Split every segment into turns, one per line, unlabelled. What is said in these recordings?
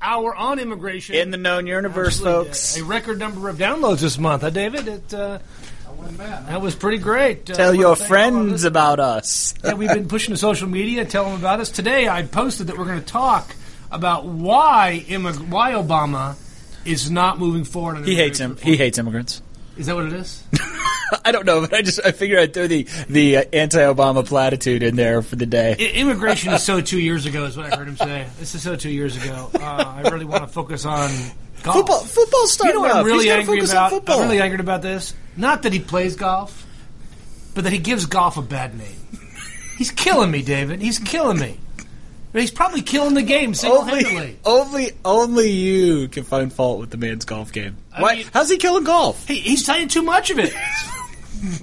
hour on immigration.
In the known universe,
Absolutely.
folks.
A record number of downloads this month, huh, David? It, uh, that was pretty great. Uh, I
Tell
wanna
your
thank all of
friends
us.
about us.
yeah, we've been pushing to social media. Tell them about us. Today, I posted that we're going to talk about why immig- why Obama is not moving forward. On
He hates him.
immigration
He hates immigrants.
reform. Is that what it is?
I don't know, but I just I figured I'd throw the the uh, anti-Obama platitude in there for the day.
I- immigration is so two years ago, is what I heard him say. This is so two years ago. Uh, I really want to focus on golf.
Football, football
You
starting
know what
up.
I'm really
He's gotta
angry
focus
about?
on football.
I'm really angry about this. Not that he plays golf, but that he gives golf a bad name. He's killing me, David. He's killing me. He's probably killing the game single-handedly.
only, only, only you can find fault with the man's golf game. Why?
mean-
how's he killing golf?
He, he's saying too much of it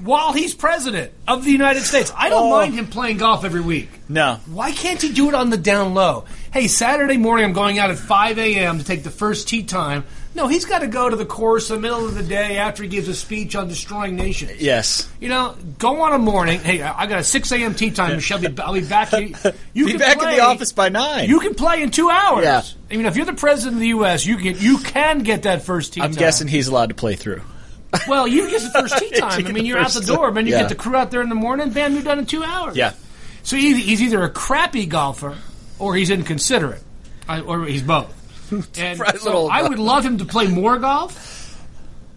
while he's president of the United States. I don't
Oh.
mind him playing golf every week.
No,
Why can't he do it on the down low? Hey, Saturday morning, I'm going out at 5 a.m. to take the first tee time. No, he's got to go to the course in the middle of the day after he gives a speech on destroying nations.
yes.
You know, go on a morning. Hey, I I got a 6 a.m. tea time, Michelle. Be, I'll be back. You, you
Be
can
back in
play-
the office by nine.
You can play in two hours.
Yeah.
I mean, if you're the president of the U.S., you can you can get that first tee
I'm
time.
guessing he's allowed to play through.
Well, you get the first tee
You
time.
get
I
the
mean, you're out the
first-
door, man. You
yeah.
get the crew out there in the morning. Bam, you're done in two hours.
Yeah.
So he, he's either a crappy golfer or he's inconsiderate, I, or he's both. And
Right,
so
little-
I would love him to play more golf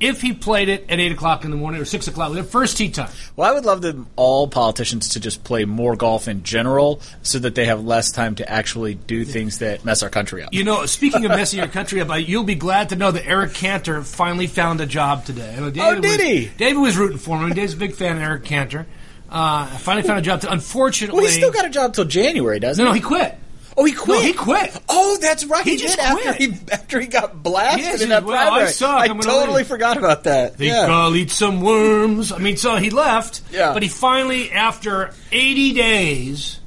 if he played it at eight o'clock in the morning or six o'clock, the first tee time.
Well, I would love them all politicians to just play more golf in general, so that they have less time to actually do things that mess our country up.
You know, speaking of messing your country up, I- you'll be glad to know that Eric Cantor finally found a job today. Oh,
did
was,
he?
David was rooting for him. David's a big fan of Eric Cantor. Uh, finally found a job. To, unfortunately,
well, he's still got a job till January, doesn't
no, no,
he?
he quit.
Oh, he
No,
quit.
he quit.
Oh, that's right.
He
He,
just
did after
quit.
he after he got blasted
Yes,
in that
he- well, I
primary.
suck. I'm gonna
totally
leave.
forgot about that.
Think
yeah.
I'll eat some worms. I mean, so he left.
Yeah.
But he finally, after 80 days,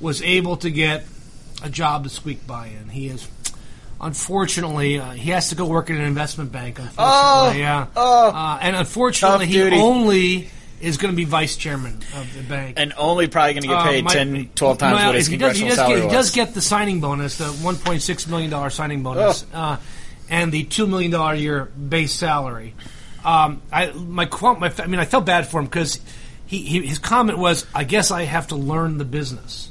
was able to get a job to squeak by in. He is, unfortunately, uh, he has to go work at an investment bank, unfortunately.
Oh,
yeah.
oh.
uh, and unfortunately,
Tough
he
duty.
only is going to be vice chairman of the bank.
and only probably going to get
Uh,
paid
my-
ten, twelve 10, 12 times
well,
what his
he does, he
congressional
does
salary
get, He
was. Oh.
does get the signing bonus, the $1.6 million signing bonus, uh, and the $2 million a year base salary. Um, I, my, qu- my, I mean, I felt bad for him because he, he, his comment was, I guess I have to learn the business.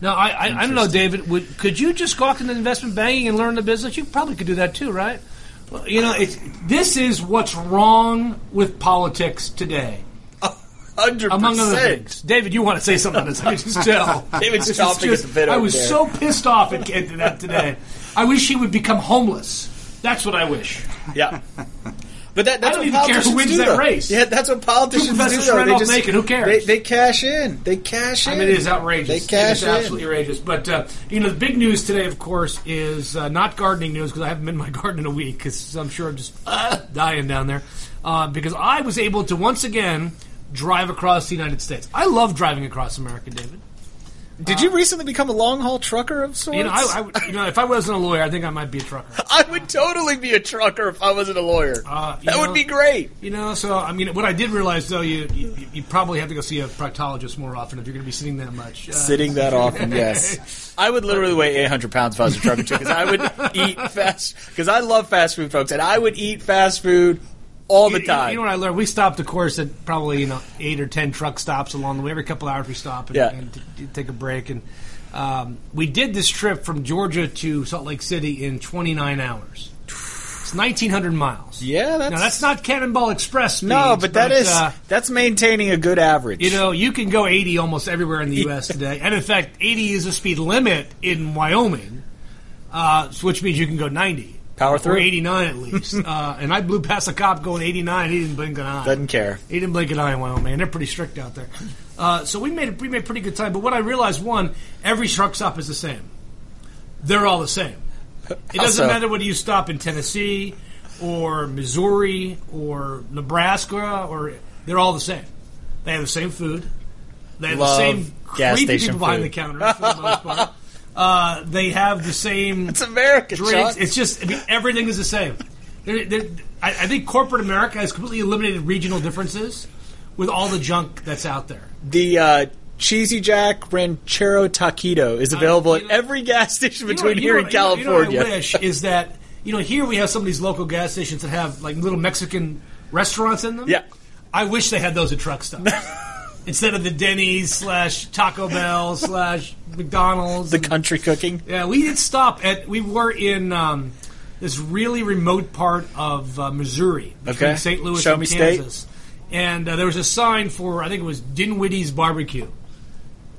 Now, I, I, I don't know, David, would, could you just go out into investment banking and learn the business? You probably could do that too, right? Well, you know, it's, this is what's wrong with politics today.
100%.
Among other things, David, you want to say something on this? I can just tell.
David's
This is
chomping at the bit
I
over
was
there.
so pissed off at Kent to that today. I wish he would become homeless. That's what I wish.
Yeah. But that, that's
I don't
what
even care
politicians
who wins
do,
that
though.
race.
Yeah, that's what politicians
Two
do.
professors
Though.
ran
They
off
just,
naked. Who cares?
They, they cash in. They cash in.
I mean, it is outrageous.
They cash
it is
in.
absolutely outrageous. But uh, you know, the big news today, of course, is uh, not gardening news because I haven't been in my garden in a week because I'm sure I'm just uh, dying down there. Uh, because I was able to once again drive across the United States. I love driving across America, David.
Did you recently become a long haul trucker of sorts?
You know, I, I would- you know, if I wasn't a lawyer, I think I might be a trucker.
I would totally be a trucker if I wasn't a lawyer.
Uh, you
that would
know-
be great.
You know, so I mean, what I did realize though, you you, you probably have to go see a proctologist more often if you're going to be sitting that much. Uh,
Sitting that often, yes. I would literally weigh 800 pounds if I was a trucker too, because I would eat fast. Because I love fast food, folks, and I would eat fast food all the
you, you-
time.
you know what I learned? We stopped, of course, at probably you know eight or ten truck stops along the way. Every couple hours, we stop and,
Yeah.
and t- t- take a break. And um, we did this trip from Georgia to Salt Lake City in 29 hours. It's 1,900 miles.
yeah, that's
Now that's not Cannonball Express. Speeds,
no, but that is
uh,
that's maintaining a good average.
You know, you can go 80 almost everywhere in the U.S. today, and in fact, 80 is the speed limit in Wyoming, uh, so which means you can go 90,
power
or
through.
89 at least. uh, and I blew past a cop going 89; he didn't blink an eye.
Doesn't care.
He didn't blink an eye in Wyoming, and they're pretty strict out there. Uh, so we made we made pretty good time. But what I realized, one, every truck stop is the same. They're all the same. It
How
doesn't
so?
matter whether you stop in Tennessee or Missouri or Nebraska or they're all the same. They have the same food. They have
Love
the same
gas
creepy
station
people behind
food.
the counter for the most part. Uh, they have the same
It's America,
drinks.
Chuck.
It's just I mean, everything is the same. There- there- I, I think corporate America has completely eliminated regional differences with all the junk that's out there.
the uh, Cheesy Jack Ranchero Taquito is available
you
at
know-
every gas station
You know-
between
you
here
know-
and
you know- you know what
California.
I wish is that you know here we have some of these local gas stations that have like little Mexican restaurants in them.
Yeah.
I wish they had those at truck stops instead of the Denny's slash Taco Bell slash McDonald's.
the
and-
country cooking.
yeah, we did stop at. We were in um, this really remote part of uh, Missouri, between
Okay.
St. Louis
Show
and
me state.
Kansas, and uh, there was a sign for I think it was Dinwiddie's Barbecue,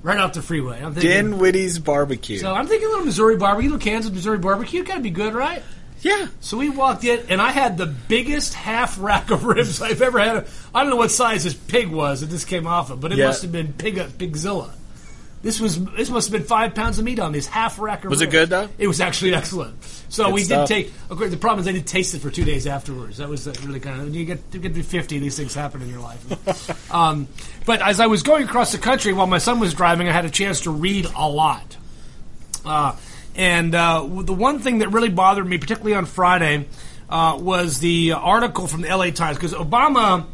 right off the freeway. I'm thinking,
Dinwiddie's barbecue.
so I'm thinking a little Missouri barbecue, little Kansas Missouri barbecue, got to be good, right?
yeah.
So we walked in, and I had the biggest half rack of ribs I've ever had. I don't know what size this pig was that this came off of, but it
Yeah.
must have been pig pigzilla. This was this must have been five pounds of meat on this half rack of.
Was it
ribs.
good, though?
It was actually excellent. So we
stuff.
did take. Of course, the problem is I did taste it for two days afterwards. That was the really kind of you get you get to be fifty. These things happen in your life. um, but as I was going across the country while my son was driving, I had a chance to read a lot. Uh, and uh, w- the one thing that really bothered me, particularly on Friday, uh, was the article from the LA Times because Obama,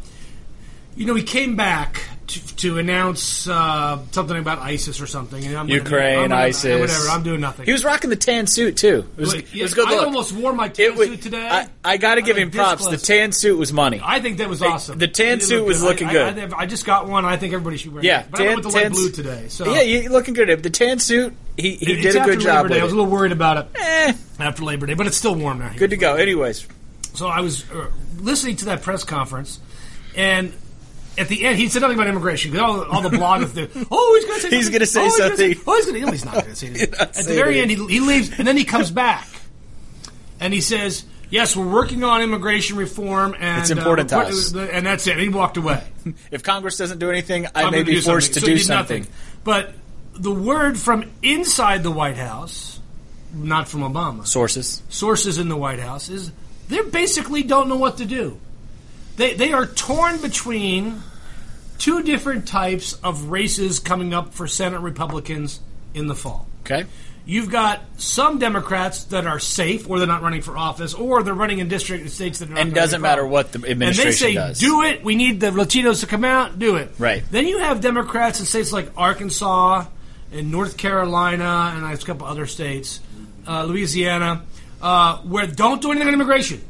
you know, he came back to, to announce uh, something about ISIS or something. And I'm gonna-
Ukraine,
I'm gonna-
ISIS.
whatever. I'm doing nothing.
He was rocking the tan suit too. It was,
But,
it was
yeah,
a good.
I
look.
almost wore my tan
It was-
suit today.
I, I got to
I'm
give
like
him
this
props. The
close.
tan suit was money.
I think that was awesome.
the tan
It
suit
looked
was looking
I-
good.
I, I, just got one. I think everybody should wear. it.
yeah,
but I went with the light
tan-
blue today. So
yeah, you're looking good. The tan suit, he, he
It's
did a
after
good job.
Labor Day. I
with
was a
it.
little worried about it
Eh,
after Labor Day, but it's still warm now. Here.
good to go. Anyways,
So I was uh, listening to that press conference, and at the end, he said nothing about immigration. 'cause All, all the bloggers, do, oh, he's going to say
He's gonna say
oh, he's gonna
something."
say- oh, he's going to. No, he's not going to say anything.
not
at the
saying
very end, he, he leaves, and then he comes back, and he says, "Yes, we're working on immigation reform, and
It's important to
we're-
us."
And that's it. And he walked away.
if Congress doesn't do anything, I
I'm
may
gonna
be
do
forced
something.
to
So he
do
did
something.
nothing. But the word from inside the White House, not from Obama
Sources.
sources in the White House is they basically don't know what to do. They they are torn between two different types of races coming up for Senate Republicans in the fall.
Okay.
You've got some Democrats that are safe, or they're not running for office, or they're running in district and states that are not
And
gonna
doesn't
be
matter
problem.
what the
And
administration
they say,
does.
do it. We need the Latinos to come out. Do it.
Right.
Then you have Democrats in states like Arkansas and North Carolina and a couple other states, uh, Louisiana, uh, where don't do anything on immigration.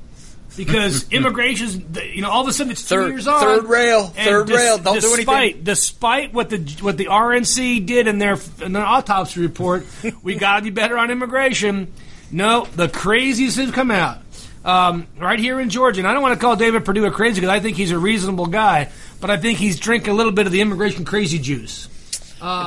Because immigration, you know, all of a sudden it's two
Third-
years on.
third rail,
and
third rail, don't do anything.
despite- Despite what the what the RNC did in their in their autopsy report, we got to be better on immigration. No, the crazies have come out um, right here in Georgia. And I don't want to call David Perdue a crazy because I think he's a reasonable guy, but I think he's drinking a little bit of the immigration crazy juice.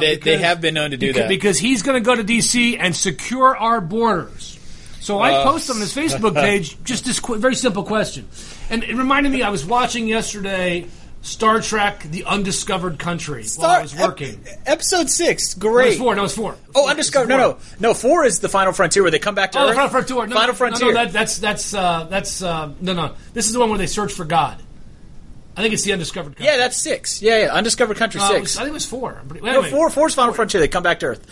they,
because-
have been known to do
Beca-
that.
because he's going to go to D.C. and secure our borders. So
Uh,
I post on his Facebook page just this qu- very simple question, and it reminded me I was watching yesterday Star Trek: The Undiscovered Country while I was working.
ep- episode six,
No, it
great.
was four. No, it was four.
Oh, undiscovered. No, no, no. Four is the final frontier where they come back to
Oh,
Earth.
the Final Frontier. No,
Final
no,
frontier.
No, no, that, that's that's uh, that's uh, no, no. This is the one where they search for God. I think it's the Undiscovered Country.
yeah, that's six. Yeah, yeah. Undiscovered Country
Uh, it was-
six.
I think it was four. But
No,
anyway.
four, four's Final Frontier. They come back to Earth.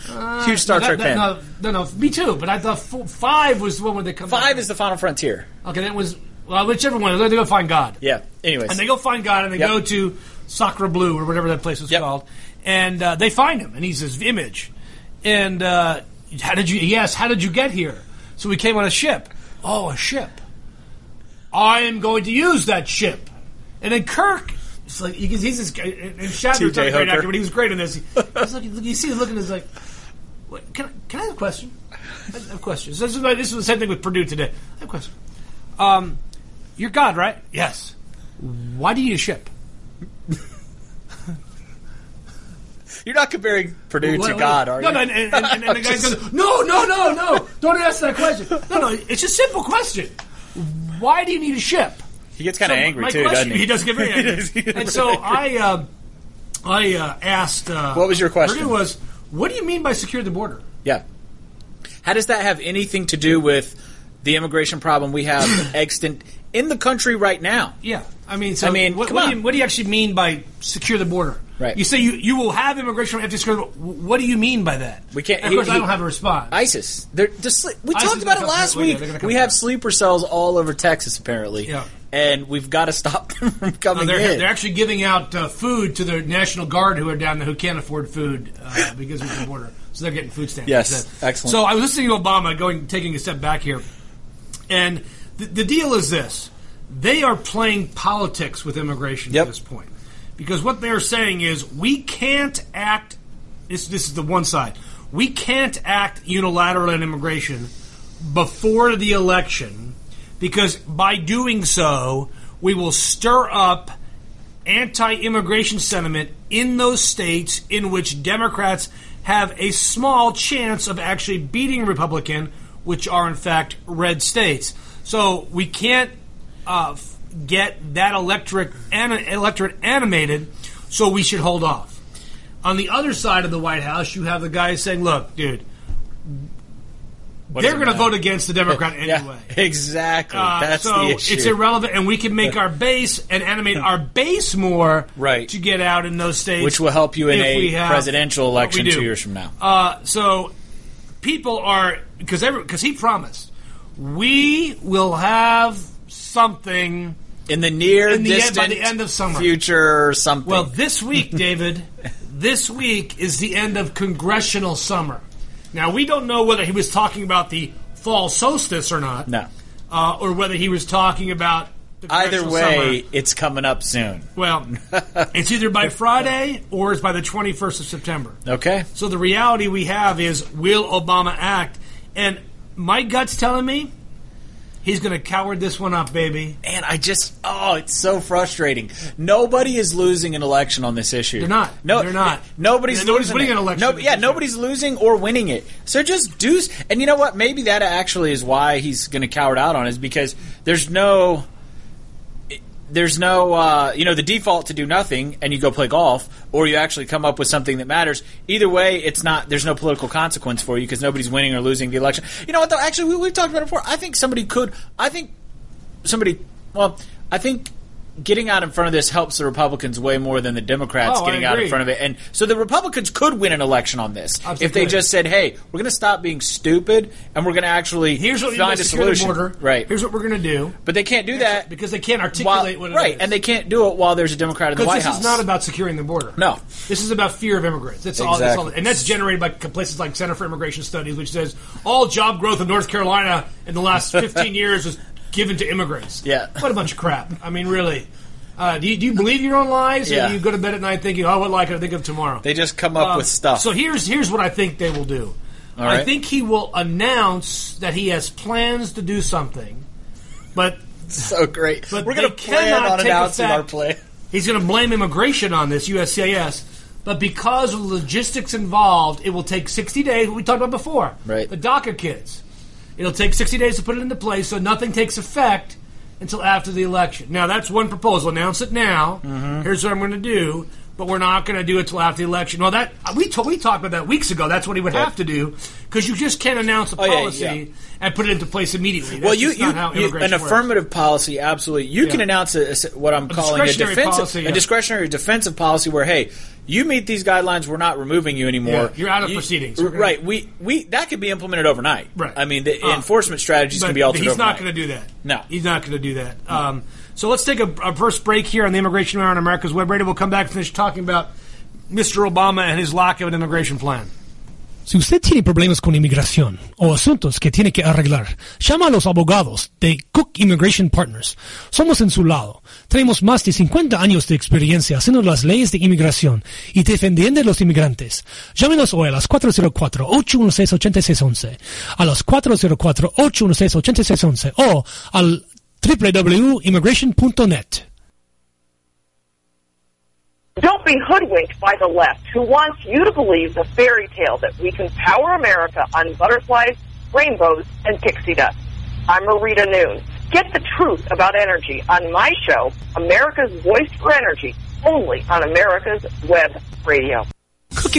Huge Star
Uh, No,
Trek
that-
fan.
that- No, no, no, me too. But I thought four, five was the one where they come.
Five
back.
is the Final Frontier.
Okay, that was well, whichever one. They go find God,
Yeah. Anyways,
and they go find God, and they
Yep.
go to Sacra Blue or whatever that place was
Yep.
called, and uh, they find him, and he's his image. And uh, how did you? Yes, how did you get here? So we came on a ship. Oh, a ship. I am going to use that ship. And then Kirk, it's like because he's this guy, and and Shatner's not
T.J.
a great
Hooker.
actor, but he was great in this. He- He's like, you see, he's looking, he's like, what, can, I, can I have a question? I have questions. This is, my- this is the same thing with Purdue today. I have a question. Um, you're God, right? Yes. Why do you need a ship?
you're not comparing Purdue
What-
to
what-
God, are
no,
you?
No, and, and, and, and the guy goes, no, no, no, no, don't ask that question. No, no, it's a simple question. Why do you need a ship?
he gets kind of
So
angry
my
too,
question-
doesn't he?
does get very
He
angry.
does get
and so
really
I, uh, I uh, asked. Uh,
What was your question?
Purdue was, what do you mean by secure the border?
Yeah. How does that have anything to do with the immigration problem we have extant in the country right now?
Yeah, I mean, so
I mean,
what,
come
what
on.
do you, what do you actually mean by secure the border?
Right.
You say you, you will have immigration after secure. the border. What do you mean by that?
We can't-
Of course,
he-
I
he-
don't have a response.
ISIS. They're just, we
ISIS
talked about
is gonna
it last
come- wait,
week.
they're gonna come
We have
back.
sleeper cells all over Texas, apparently.
Yeah.
and we've got to stop them from coming
they're,
in.
they're actually giving out uh, food to the National Guard who are down there who can't afford food uh, because of the border. So they're getting food stamps.
Yes,
instead.
excellent.
So I was listening to Obama going taking a step back here, and the, the deal is this: they are playing politics with immigration
Yep.
at this point because what they're saying is we can't act. This this is the one side. We can't act unilaterally on immigration before the election because by doing so we will stir up anti-immigration sentiment in those states in which Democrats have a small chance of actually beating Republican, which are in fact red states. So we can't uh, f- get that electric an- electorate animated. So we should hold off. On the other side of the White House, you have the guys saying, "Look, dude,
What does
they're
it
going to
matter?
vote against the Democrat
Yeah,
anyway."
exactly.
Uh,
That's
so
the issue.
it's irrelevant, and we can make our base and animate our base more
Right.
to get out in those states,
Which will help you in
if we
a
have
presidential
what we
election
do.
two years from now.
Uh, so people are because because he promised we will have something.
in the near
in the end- by
distant
the end of summer.
future or something.
Well, this week, David, this week is the end of congressional summer. Now we don't know whether he was talking about the fall solstice or not,
no.
uh, or whether he was talking about the
Either
congressional
way,
summer.
it's coming up soon.
Well, it's either by Friday or it's by the 21st of September.
Okay.
So the reality we have is will Obama act? And my gut's telling me he's going to coward this one up, baby.
Man, I just oh, it's so frustrating. Nobody is losing an election on this issue. They're
not.
No,
They're not.
Nobody's
Yeah, nobody's
losing
winning
it.
an election
No-
this
yeah,
issue.
nobody's losing or winning it. So just do. s- And you know what? Maybe that actually is why he's going to coward out on it, is because there's no. There's no, uh, you know, the default to do nothing and you go play golf, or you actually come up with something that matters. Either way, it's not. There's no political consequence for you because nobody's winning or losing the election. You know what? Though, actually, we, we've talked about it before. I think somebody could. I think somebody. Well, I think getting out in front of this helps the Republicans way more than the Democrats
Oh, I
getting out in
agree.
front of it. And so the Republicans could win an election on this if
Absolutely.
they just said, "Hey, we're going to stop being stupid and we're going to actually
Here's what
find
to
a solution."
Border.
Right.
Here's what we're going to do
but they can't do that
because they can't
while,
articulate what it
right,
is.
and they can't do it while there's a Democrat in the
because
White
this
House.
is not about securing the border.
No.
this is about fear of immigrants. That's all. That's all
Exactly.
and that's generated by places like Center for Immigration Studies, which says all job growth in North Carolina in the last 15 years was given to immigrants.
Yeah.
what a bunch of crap. I mean, really. Uh, do, you, do you believe your own lies, or
Yeah.
do you go to bed at night thinking, "Oh, what like I think of tomorrow"?
they just come up
Um,
with stuff.
So here's here's what I think they will do. I
right.
think he will announce that he has plans to do something, but
so great.
but
we're going
they
to plan
cannot
on
take
announcing
effect-
our plan.
He's going to blame immigration on this, USCIS. But because of the logistics involved, it will take 60 days, what we talked about before.
Right.
The DACA kids. It'll take 60 days to put it into place, so nothing takes effect until after the election. Now, that's one proposal. Announce it now.
Mm-hmm.
Here's what I'm going to do, but we're not going to do it till after the election. Well, that we, t- we talked about that weeks ago. That's what he would have to do because you just can't announce a
Oh, yeah,
policy
yeah.
and put it into place immediately. That's
Well, you,
just not
you,
how
you-
immigration
an
works.
affirmative policy, absolutely. You can
Yeah.
announce a, a- what I'm calling a
discretionary
defensive,
policy, yeah.
a discretionary defensive policy, where hey, you meet these guidelines, we're not removing you anymore.
Yeah, you're out of
You-
proceedings.
r- Right? We we that could be implemented overnight.
Right.
I mean, the
Uh,
enforcement strategies
But
can be altered.
He's
overnight.
not going to do that.
No.
he's not going to do that. Um, so let's take a, a first break here on the Immigration Hour on America's Web Radio. We'll come back and finish talking about Mr. Obama and his lack of an immigration plan.
Si usted tiene problemas con inmigración o asuntos que tiene que arreglar, llama a los abogados de Cook Immigration Partners. Somos en su lado. Tenemos más de 50 años de experiencia haciendo las leyes de inmigración y defendiendo a los inmigrantes. Llámenos hoy a las 404-816-8611, a las 404-816-8611 o al www.immigration.net.
Don't be hoodwinked by the left who wants you to believe the fairy tale that we can power America on butterflies, rainbows, and pixie dust. I'm Marita Noon. Get the truth about energy on my show, America's Voice for Energy, only on America's Web Radio.
Cook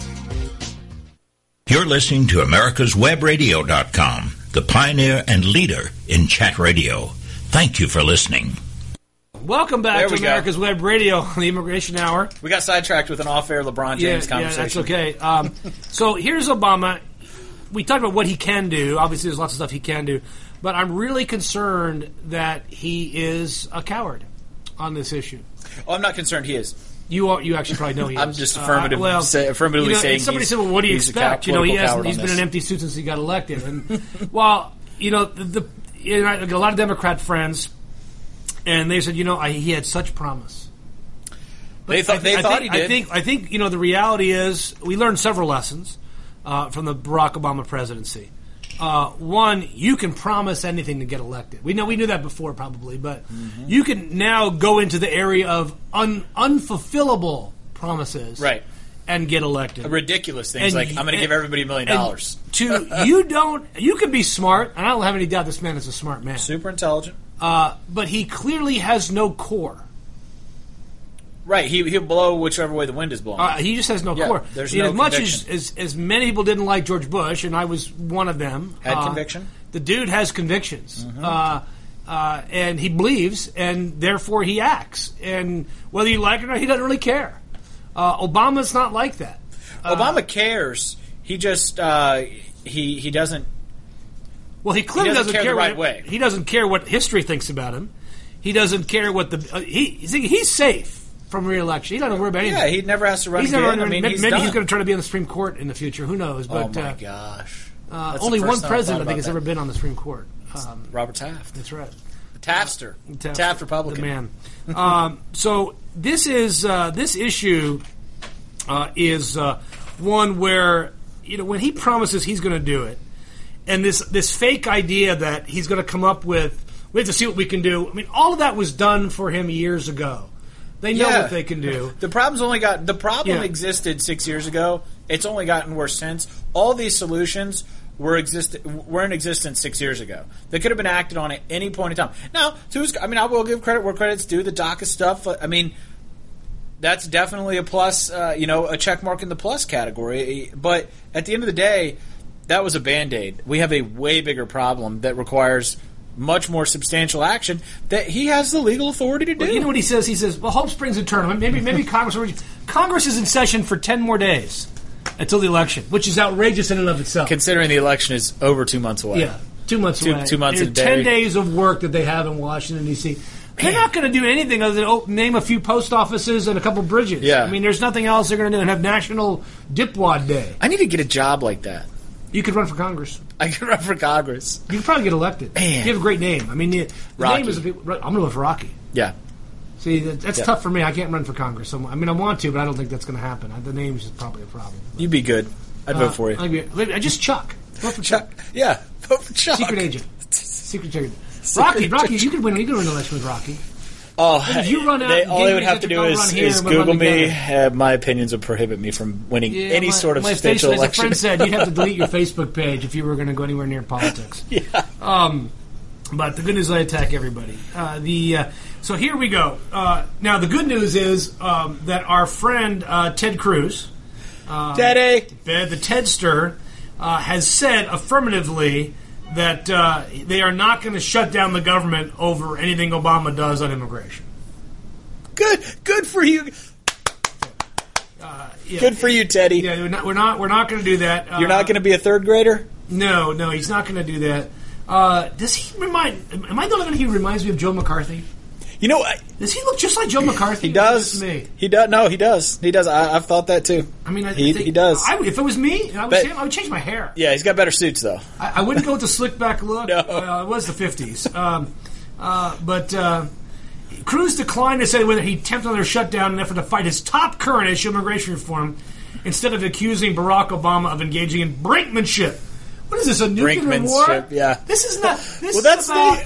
You're listening to America's Webradio.com, the pioneer and leader in chat radio. Thank you for listening.
Welcome back
There
to
we go.
America's Web Radio on the Immigration Hour.
We got sidetracked with an off-air LeBron James
that's
conversation.
okay. Um, so here's Obama. We talked about what he can do. Obviously, there's lots of stuff he can do, but I'm really concerned that he is a coward on this issue.
Oh, I'm not concerned. He is.
You are, you actually probably know he
I'm
is.
just
Uh,
affirmative-
well,
say- affirmatively
you know,
saying
and somebody
he's-
said, "Well, what do you
he's a cow-
expect?" You know, he
political
has
coward
he's
on
been
this.
an empty suit since he got elected, and well, you know, the, the you know, I got a lot of Democrat friends, and they said, you know, I, he had such promise.
They thought they
I
thought
think,
he did.
I think. I think you know the reality is we learned several lessons uh, from the Barack Obama presidency. Uh, one, you can promise anything to get elected. We know we knew that before probably, but
Mm-hmm.
you can now go into the area of un- unfulfillable promises,
Right.
and get elected.
ridiculous things like
y-
I'm going to give everybody a million
and
dollars.
Two, you don't. You can be smart, and I don't have any doubt this man is a smart man.
Super intelligent.
Uh, but he clearly has no core.
Right. He he'll blow whichever way the wind is blowing.
Uh, he just has no
Yeah,
core.
there's
You know,
no
as much as,
conviction.
as as many people didn't like George Bush, and I was one of them.
Had
uh,
conviction? Mm-hmm.
The dude has convictions, uh, uh, and he believes, and therefore he acts. And whether you like it or not, he doesn't really care. Uh, Obama's not like that. uh,
Obama cares. He just uh, he he doesn't.
Well, he clearly
He doesn't
doesn't,
care the right
what,
way.
He doesn't care what history thinks about him. He doesn't care what the uh, he he's, he's safe from reelection. He doesn't worry about anything.
Yeah, he never has to run
He's
again.
never.
I mean,
maybe
he's
maybe
done.
he's going to try to be on the Supreme Court in the future. Who knows?
Oh
But
my
uh,
gosh!
Uh,
That's the
only
first
one
time I've
president,
thought
I think, has
about
ever
that.
been on the Supreme Court. Um,
Robert Taft,
that's right.
Taftster, Taft,
The
Republican.
man. um, so this is uh, this issue uh, is uh, one where you know when he promises he's going to do it, and this this fake idea that he's going to come up with. We have to see what we can do. I mean, all of that was done for him years ago. They know
Yeah.
what they can do.
The problem's only got the problem
Yeah.
existed six years ago. It's only gotten worse since. All these solutions were exist were in existence six years ago. They could have been acted on at any point in time. Now, to his, I mean, I will give credit where credits due. The DACA stuff. I mean, that's definitely a plus. Uh, you know, a check mark in the plus category. But at the end of the day, that was a band aid. We have a way bigger problem that requires much more substantial action that he has the legal authority to do.
You know what he says? He says, "Well, hope springs eternal." Maybe, maybe Congress. will re- Congress is in session for ten more days until the election, which is outrageous in and of itself.
considering the election is over two months away.
yeah, two months
Two-
away.
two months
There's
and a day.
ten days of work that they have in Washington D.C. They're not going to do anything other than oh, name a few post offices and a couple bridges.
Yeah.
I mean, there's nothing else they're going to do and have National Dipwad Day.
I need to get a job like that.
You could run for Congress.
I could run for Congress.
You could probably get elected.
Man.
You have a great name. I mean, the, the
Rocky.
name is a big, I'm going to vote for Rocky.
Yeah.
See, that, that's
Yeah.
tough for me. I can't run for Congress. So, I mean, I want to, but I don't think that's going to happen. I, the name's just probably a problem. Uh,
You'd be good. I'd vote for you.
I'd be- I'd be- I just Chuck. Vote for Chuck.
Chuck. Yeah. Vote for Chuck.
Secret agent. Secret agent. Rocky, Rocky, you could win. You could win an election with Rocky.
Oh,
If you run out,
they,
you
all they
get
would
me
have
to
to
go
do
run
is,
here
is
and we'll run
Google me.
together.
Uh, my opinions would prohibit me from winning
Yeah,
any
my-
sort of
my
substantial
Facebook-
election.
As a friend said, you'd have to delete your Facebook page if you were going to go anywhere near politics. yeah. Um, but the good news, is I attack everybody. Uh, the uh, so here we go. Uh, now the good news is um, that our friend uh, Ted Cruz,
Daddy.
the, the Tedster, uh, has said affirmatively that uh, they are not going to shut down the government over anything Obama does on immigration.
Good. Good for you.
Uh, Yeah.
Good for you, Teddy.
Yeah, we're not. We're not. We're not going to do that. Uh,
You're not going to be a third grader?
No, no, he's not going to do that. Uh, does he remind? Am I the only one who reminds me of Joe McCarthy?
You know, I,
Does he look just like Joe McCarthy?
he does.
Me.
He does. No, he does. He does. I, I've thought that too.
I mean, I,
he,
I think,
he does.
I, would- if it was me, and I was
But-
him. I would change my hair.
yeah, he's got better suits though.
I, I wouldn't go with the slick back look.
No.
Well, it was the fifties. Um, uh, but uh, Cruz declined to say whether he tempted another shutdown in an effort to fight his top current issue, immigration reform, instead of accusing Barack Obama of engaging in brinkmanship. What is this? A nuclear war?
Brinkmanship, yeah.
This is not. This
Well, that's
is about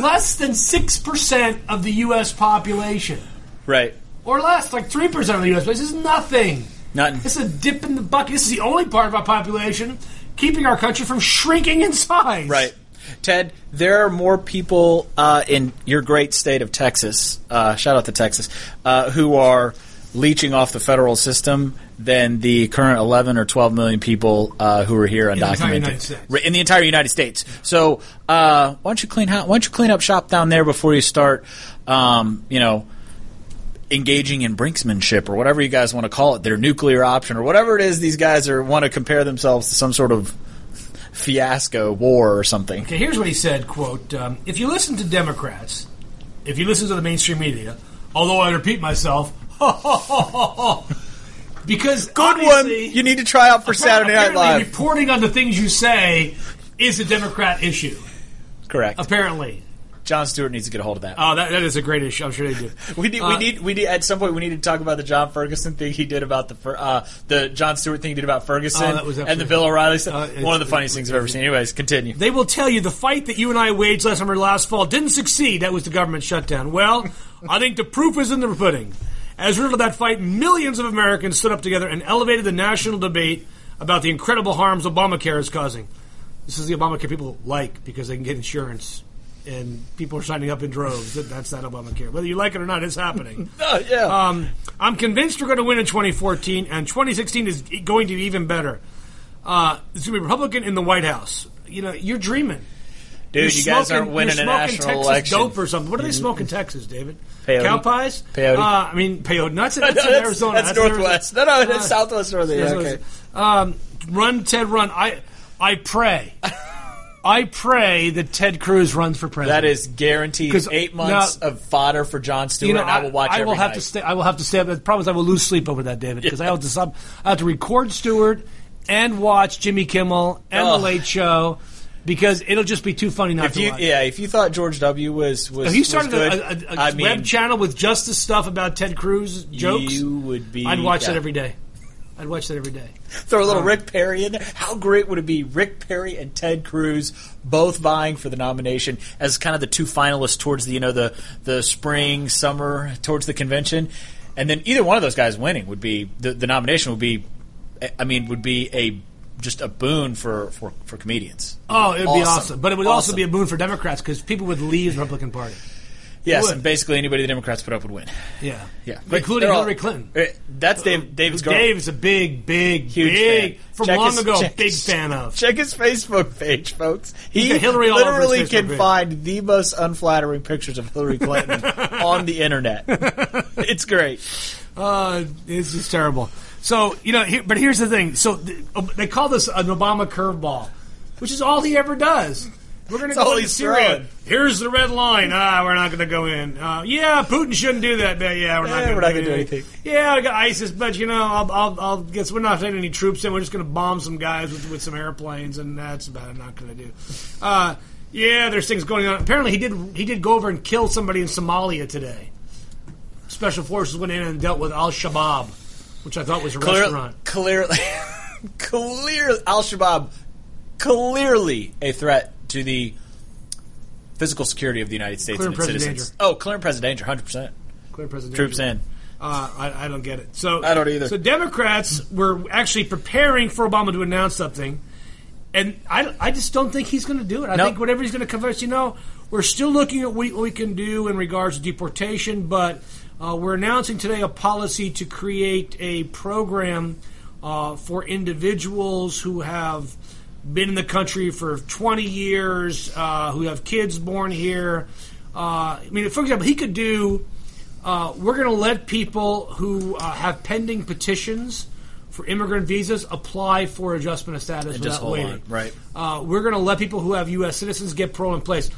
less than six percent of the U.S. population,
Right.
or less, like three percent of the U.S. population. This is nothing.
Nothing.
This is a dip in the bucket. This is the only part of our population keeping our country from shrinking in size.
Right. Ted, there are more people uh, in your great state of Texas, uh, shout out to Texas, uh, who are leeching off the federal system than the current 11 or 12 million people uh, who are here
the entire
undocumented
United States.
Ri- in the entire United States. So uh, why don't you clean ho- why don't you clean up shop down there before you start, um, you know, engaging in brinksmanship or whatever you guys want to call it, their nuclear option or whatever it is these guys are want to compare themselves to some sort of fiasco war or something.
Okay, here's what he said, quote, um, if you listen to Democrats, if you listen to the mainstream media, although I repeat myself, because
Good one.
obviously-
You need to try out for Saturday Night
apparently
Live.
reporting on the things you say is a Democrat issue,
Correct.
apparently.
John Stewart needs to get a hold of that.
Oh, that, that is a great issue. I'm sure they do.
we need, we
uh,
need, we need. At some point, we need to talk about the John Ferguson thing he did about the Fer- uh, the John Stewart thing he did about Ferguson
Oh, that was
and the
absolutely-
Bill O'Reilly stuff.
Uh, it's-
One of the funniest things I've ever seen. Anyways, continue.
They will tell you the fight that you and I waged last summer, last fall, didn't succeed. That was the government shutdown. Well, I think the proof is in the pudding. As a result of that fight, millions of Americans stood up together and elevated the national debate about the incredible harms Obamacare is causing. This is the Obamacare people like because they can get insurance, and people are signing up in droves. That- That's not Obamacare. Whether you like it or not, it's happening.
Oh, yeah.
Um, I'm convinced we're going to win in 2014, and 2016 is going to be even better. Uh, it's going to be Republican in the White House. You know, you're dreaming.
Dude,
You're
you guys
smoking-
aren't winning
you're
a
smoking
national
Texas
election. Mm-hmm.
Dope or something. What do they smoke in Texas, David?
Peyote.
Cow pies.
Peyote.
Uh, I mean, peyote nuts. That's, in
That's-
Arizona. in
that's Northwest.
Arizona.
No, no, that's Southwest Northern. Yeah,
Arizona.
okay.
Um, run, Ted, run. I, I pray. I pray that Ted Cruz runs for president.
that is guaranteed
'Cause
eight months
now-
of fodder for John Stewart.
You know,
and I will watch.
I,
every
will have
night.
to stay. I will have to stay up. The problem is, I will lose sleep over that, David, because I have to. sub- I have to record Stewart and watch Jimmy Kimmel and
Ugh.
the Late Show because it'll just be too funny not
If
to
you,
watch.
yeah, if you thought George W. was was,
If you
was
started
good,
a, a, a
I
web
mean,
channel with just the stuff about Ted Cruz jokes,
you would be.
I'd watch
yeah.
that every day. I'd watch that every day.
Throw a little
Uh-huh.
Rick Perry in there. How great would it be? Rick Perry and Ted Cruz both vying for the nomination as kind of the two finalists towards the you know the the spring summer towards the convention, and then either one of those guys winning would be the, the nomination would be, I mean would be a just a boon for for, for comedians.
Oh, it would be
Awesome.
awesome. But it would also
Awesome.
be a boon for Democrats because people would leave the Republican Party.
Yes,
would.
and basically anybody the Democrats put up would win.
Yeah.
Yeah,
Including
They're all-
Hillary Clinton.
Uh, That's Dave, Dave's girl.
Dave's a big, big,
Huge
big,
fan.
from
Check
long
his-
ago,
check
big
his-
fan of.
Check his Facebook page, folks.
He's
He
got Hillary all over his
literally
Facebook
can
page.
find the most unflattering pictures of Hillary Clinton on the internet. It's great.
Uh, it's just terrible. So you know, here, but here's the thing. So th- they call this an Obama curveball, which is all he ever does. We're going to
all
go into
he's
Syria.
throwing.
Here's the red line. Ah, we're not going to go in. Uh, yeah, Putin shouldn't do that. But yeah, we're not.
Yeah,
gonna
Eh, we're not gonna do anything.
Yeah, I got ISIS, but you know, I'll, I'll, I'll guess we're not taking any troops in. We're just going to bomb some guys with, with some airplanes, and that's about it. Not going to do. Uh, yeah, there's things going on. Apparently, he did he did go over and kill somebody in Somalia today special forces went in and dealt with Al Shabaab, which I thought was a
Clearly,
restaurant.
clearly, clearly, Al Shabaab clearly a threat to the physical security of the United States
Clear
and
and
its
present
citizens.
danger.
Oh, clear and present danger, hundred percent.
Clear president.
Troops in.
Uh, I, I don't get it. So
I don't either.
So Democrats were actually preparing for Obama to announce something, and I, I just don't think he's going to do it. I
No.
think whatever he's going to confess, you know, we're still looking at what we, what we can do in regards to deportation, but uh, we're announcing today a policy to create a program uh, for individuals who have been in the country for 20 years, uh, who have kids born here. Uh, I mean, for example, he could do uh, we're going to let people who uh, have pending petitions for immigrant visas apply for adjustment of status
just
without
hold on,
waiting.
right.
Uh, we're going to let people who have U.S. citizens get parole in place,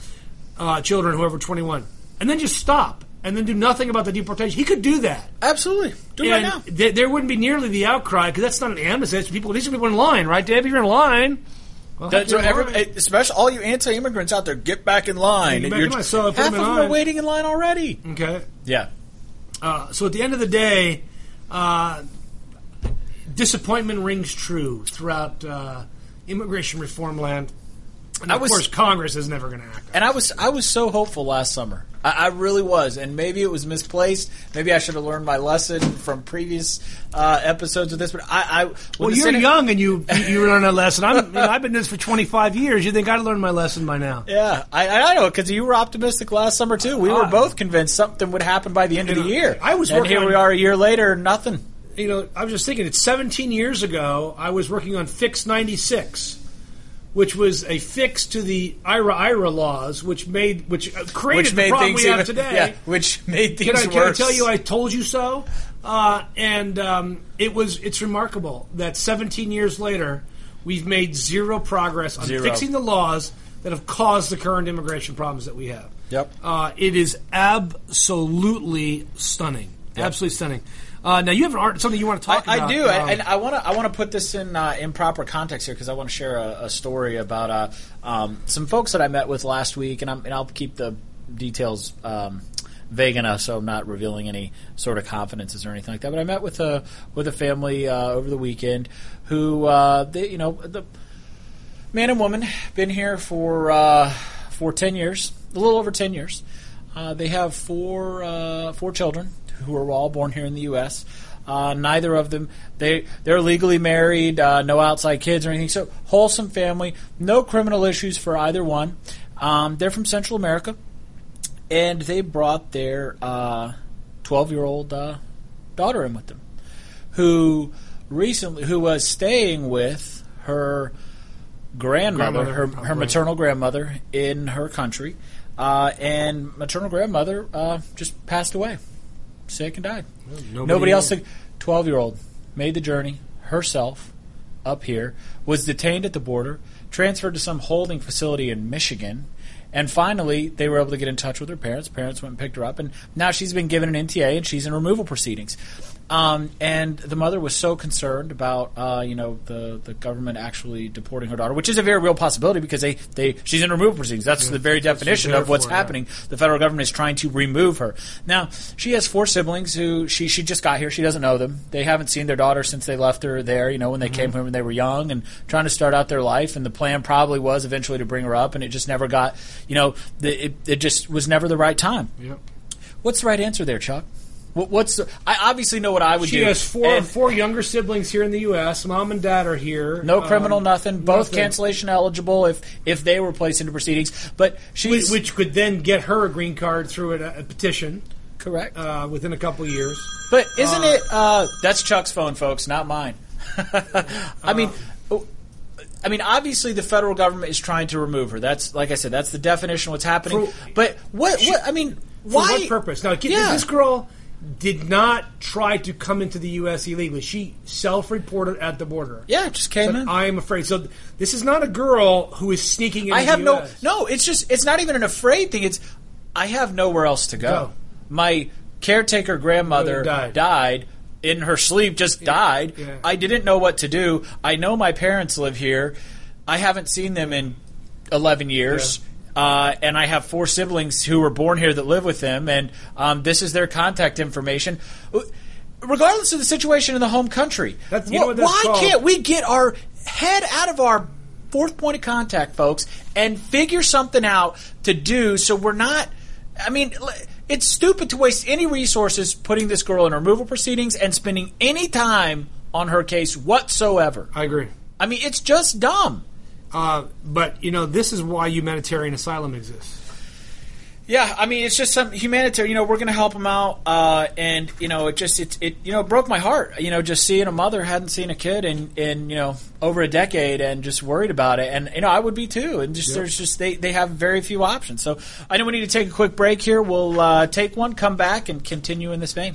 uh, children, whoever, 21, and then just stop and then do nothing about the deportation. He could do that.
Absolutely, do it right
And
now.
th- there wouldn't be nearly the outcry because that's not an amnesty. It's people, these are people in line, right, Dave? You're in line. Well,
That's
you're
what
in
every, eh,
line.
especially all you anti-immigrants out there, get back in line.
Get
And
back
you're-
in line. So if
half
I'm
of
in
them are
line-
waiting in line already.
Okay.
Yeah,
Uh, so at the end of the day, uh, disappointment rings true throughout uh, immigration reform land. And
I
of
was-
course, Congress is never going to act.
And I was I was so hopeful last summer. I, I really was, and maybe it was misplaced. Maybe I should have learned my lesson from previous uh, episodes of this. But I, I when
Well,
the
you're
Senate-
young and you you learn a lesson. I'm, you know, I've been doing this for 25 years. You think I'd learn my lesson by now?
Yeah, I, I know because you were optimistic last summer too. We were both convinced something would happen by the end of the
Ah. You know,
year.
I was
and
working
here
on-
we are a year later, nothing.
you know, I was just thinking, it's 17 years ago, I was working on Fix 96, which was a fix to the IRA IRA laws, which made which uh, created
Which made
the problem
things
we have
even-
today.
yeah, which made things
can I,
worse.
Can I tell you, I told you so? Uh, and um, it was it's remarkable that 17 years later, we've made zero progress on
Zero.
fixing the laws that have caused the current immigration problems that we have.
Yep.
Uh, it is absolutely stunning. Absolutely stunning. Uh, now you have an art, something you want to talk
I,
about?
I do,
um,
and, and I want to. I want to put this in uh, in proper context here because I want to share a, a story about uh, um, some folks that I met with last week, and, I'm, and I'll keep the details um, vague enough so I'm not revealing any sort of confidences or anything like that. But I met with a with a family uh, over the weekend who, uh, they, you know, the man and woman been here for uh, for 10 years a little over 10 years uh, they have four uh, four children who were all born here in the US uh, neither of them they they're legally married uh, no outside kids or anything so wholesome family no criminal issues for either one um, they're from Central America and they brought their uh, 12-year-old uh, daughter in with them who recently who was staying with her grandmother, her, her maternal grandmother in her country uh, and maternal grandmother uh, just passed away sick and died nobody, else 12 year old made the journey herself up here was detained at the border transferred to some holding facility in michigan and finally they were able to get in touch with her parents parents went and picked her up and now she's been given an nta and she's in removal proceedings um, and the mother was so concerned about uh, you know the, the government actually deporting her daughter which is a very real possibility because they, they she's in removal proceedings that's the very definition
there
of what's
for, yeah.
happening happening. The federal government is trying to remove her. Now, she has four siblings who she she just got here. She doesn't know them. They haven't seen their daughter since they left her there. You know, when they
Mm-hmm.
came here when they were young and trying to start out their life. And the plan probably was eventually to bring her up, and it just never got. You know, the, it it just was never the right time.
Yep.
What's the right answer there, Chuck? What, what's the, I obviously know what I would
She
do.
has four
And-
four younger siblings here in the U.S. Mom and dad are here.
No
Um,
criminal, nothing. Both
nothing.
cancellation eligible if if they were placed into proceedings. But
Which,
she's
which could then get her a green card through a, a petition
correct.
uh, within a couple years.
But isn't it? Uh, that's Chuck's phone, folks, not mine. I mean,
Uh-huh.
oh, I mean, obviously the federal government is trying to remove her. That's like I said, that's the definition of what's happening.
For-
but what? What? I mean, why?
For what purpose? Now, get,
Yeah.
this girl did not try to come into the U.S. illegally. She self-reported at the border.
Yeah, it just came
But
in.
I am afraid. So th- this is not a girl who is sneaking into
I have
the
no.
US.
No, it's just it's not even an afraid thing. It's I have nowhere else to go.
Go.
My caretaker grandmother
Mother died.
in her sleep, just died.
yeah.
I didn't know what to do. I know my parents live here. I haven't seen them in eleven years. Uh, and I have four siblings who were born here that live with them, and um, this is their contact information. Regardless of the situation in the home country,
That's- you know
wh-
what that's
why
called?
can't we get our head out of our fourth point of contact, folks, and figure something out to do so we're not. I mean, l- it's stupid to waste any resources putting this girl in removal proceedings and spending any time on her case whatsoever.
I agree.
I mean, it's just dumb.
Uh, but you know, this is why humanitarian asylum exists.
Yeah, I mean, it's just some humanitarian. You know, we're going to help them out, uh, and you know, it just it, it you know it broke my heart. You know, just seeing a mother hadn't seen a kid in in you know over a decade and just worried about it, and you know I would be too. And just there's just they they have very few options. So I know we need to take a quick break here. We'll uh, take one, come back, and continue in this vein.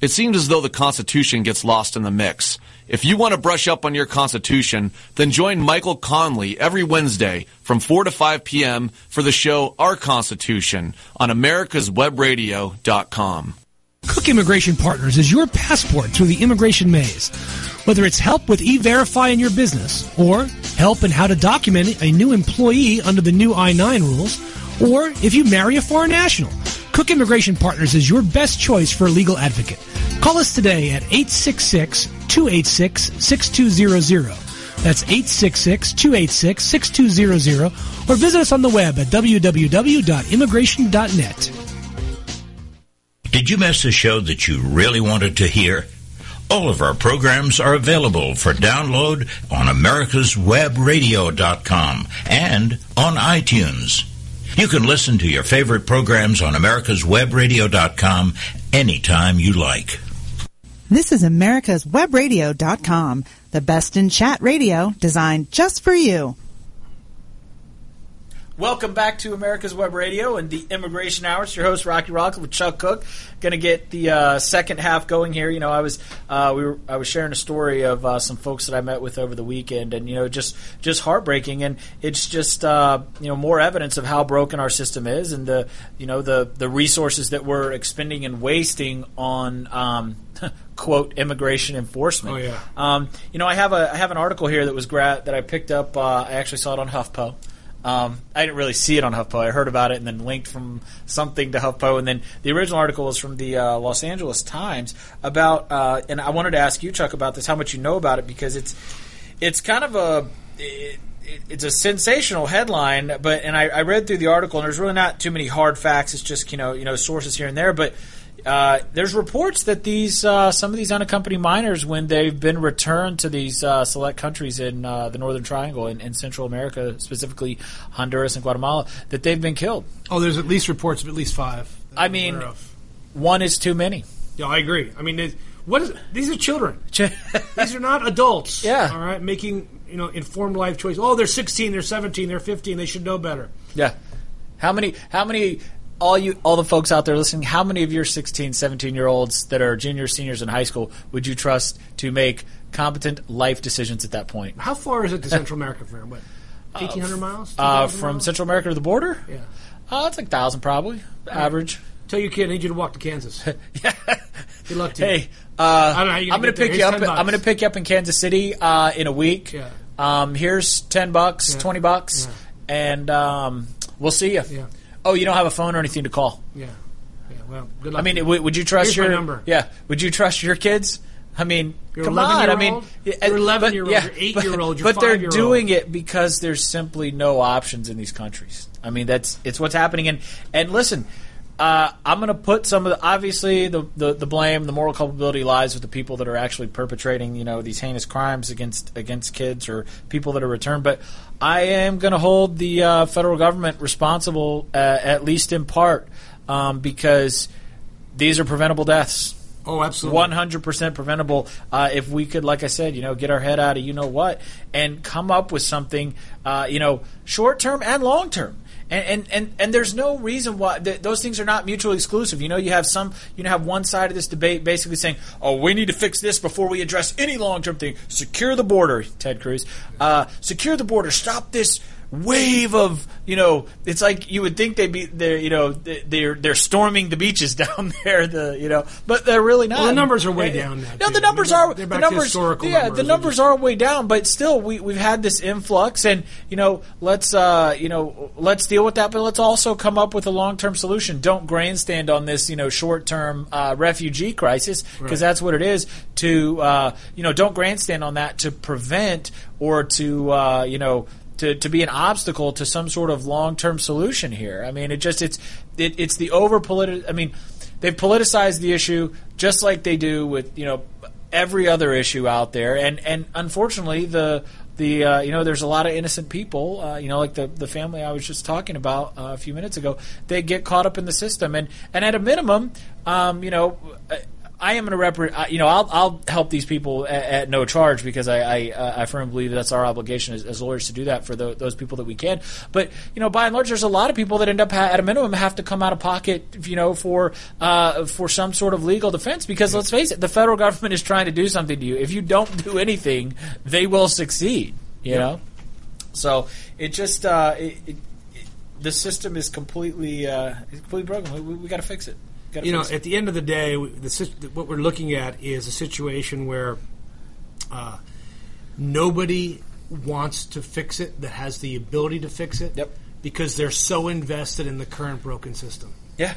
It seems as though the Constitution gets lost in the mix. If you want to brush up on your Constitution, then join Michael Conley every Wednesday from 4 to 5 p.m. for the show Our Constitution on americaswebradio.com.
Cook Immigration Partners is your passport through the immigration maze. Whether it's help with e-verify in your business, or help in how to document a new employee under the new I-9 rules, or if you marry a foreign national, Cook Immigration Partners is your best choice for a legal advocate. Call us today at 866-286-6200. That's 866-286-6200, or visit us on the web at www.immigration.net.
Did you miss a show that you really wanted to hear? All of our programs are available for download on americaswebradio.com and on iTunes. You can listen to your favorite programs on americaswebradio.com anytime you like.
This is America's Webradio.com, the best in chat radio designed just for you.
Welcome back to America's Web Radio and the Immigration Hour. It's your host Rocky Rock with Chuck Cook. Going to get the uh, second half going here. You know, I was uh, we were I was sharing a story of uh, some folks that I met with over the weekend, and you know, just just heartbreaking, and it's just uh, you know more evidence of how broken our system is, and the you know the the resources that we're expending and wasting on. Um, quote immigration enforcement.
Oh, yeah.
Um, you know, I have a I have an article here that was gra- that I picked up. Uh, I actually saw it on HuffPo. Um, I didn't really see it on HuffPo. I heard about it and then linked from something to HuffPo, and then the original article was from the uh, Los Angeles Times about. Uh, and I wanted to ask you, Chuck, about this. How much you know about it? Because it's it's kind of a it, it- it's a sensational headline, but and I, I read through the article, and there's really not too many hard facts. It's just you know you know sources here and there, but. Uh, there's reports that these uh, some of these unaccompanied minors, when they've been returned to these uh, select countries in uh, the Northern Triangle in, in Central America, specifically Honduras and Guatemala, that they've been killed.
Oh, there's at least reports of at least five. that
I
I'm
mean-
aware of.
One is too many.
yeah, I agree. I mean, it- what is these are children.
yeah,
These are not adults.
Yeah.
All right, making you know informed life choices. Oh, they're 16, they're 17, they're 15. They should know better.
how many? How many? All you, all the folks out there listening, how many of your 16, 17 year olds that are juniors, seniors in high school would you trust to make competent life decisions at that point?
How far is it to Central America from here? What, 1,800 miles?
Uh,
2,000
from
miles?
Central America to the border?
Yeah.
Uh, it's like thousand probably, average.
Tell your kid I need you to walk to Kansas. Good luck to you.
Hey, uh,
I don't know how you're
I'm
gonna
gonna
get there.
pick you
Here's
up.
10 bucks.
I'm gonna pick you up in Kansas City uh, in a week.
Yeah.
Um, here's ten bucks,
Yeah.
twenty bucks, and um, we'll see you.
Yeah.
Oh, you don't have a phone or anything to call.
Yeah. Yeah. Well, good luck.
I mean,
to you.
w- would you trust
Here's my
your
number.
Yeah. Would you trust your kids? I mean,
Your
come on. I mean,
11-year-old,
yeah,
your
but-
11-year-old,
yeah,
your 8-year-old, your
But, but they're
5-year-old.
doing it because there's simply no options in these countries. I mean, that's it's what's happening. And and listen, uh, I'm going to put some of the, obviously the, the the blame, the moral culpability lies with the people that are actually perpetrating you know these heinous crimes against against kids or people that are returned. But I am going to hold the uh, federal government responsible, uh, at least in part, um, because these are preventable deaths.
oh, absolutely.
One hundred percent preventable. Uh, if we could, like I said, you know, get our head out of you know what and come up with something, uh, you know, short term and long term. And, and, and, and there's no reason why th- those things are not mutually exclusive. You know, you have some, you know, have one side of this debate basically saying, oh, we need to fix this before we address any long term thing. Secure the border, Ted Cruz. Uh, secure the border. Stop this wave of you know it's like you would think they'd be they're you know they're they're storming the beaches down there the you know but they're really not
Well, the numbers are way
Uh,
down now,
no
too.
the numbers
They're-
are
they're
the
back to
numbers
historical
yeah
numbers.
the numbers are way down but still we we've had this influx and you know let's uh you know let's deal with that but let's also come up with a long-term solution don't grandstand on this you know short-term uh, refugee crisis because that's what it is to uh, you know don't grandstand on that to prevent or to uh, you know to, to be an obstacle to some sort of long term solution here. I mean, it just it's it, it's the over politi- I mean, they've politicized the issue just like they do with you know every other issue out there, and and unfortunately the. The uh, you know there's a lot of innocent people uh, you know like the the family I was just talking about uh, a few minutes ago they get caught up in the system and and at a minimum um, you know I- I am going to represent. You know, I'll, I'll help these people at, at no charge because I I, uh, I firmly believe that's our obligation as, as lawyers to do that for tho- those people that we can. But you know, by and large, there's a lot of people that end up ha- at a minimum have to come out of pocket. You know, for uh, for some sort of legal defense because let's face it, the federal government is trying to do something to you. If you don't do anything, they will succeed. You know, so it just uh, it, it, it- the system is completely uh, it's completely broken. We, we, got to fix it. Gotta
you know,
fix it.
at the end of the day, we- the, sis- what we're looking at is a situation where uh, nobody wants to fix it that has the ability to fix it
Yep.
because they're so invested in the current broken system.
Yeah,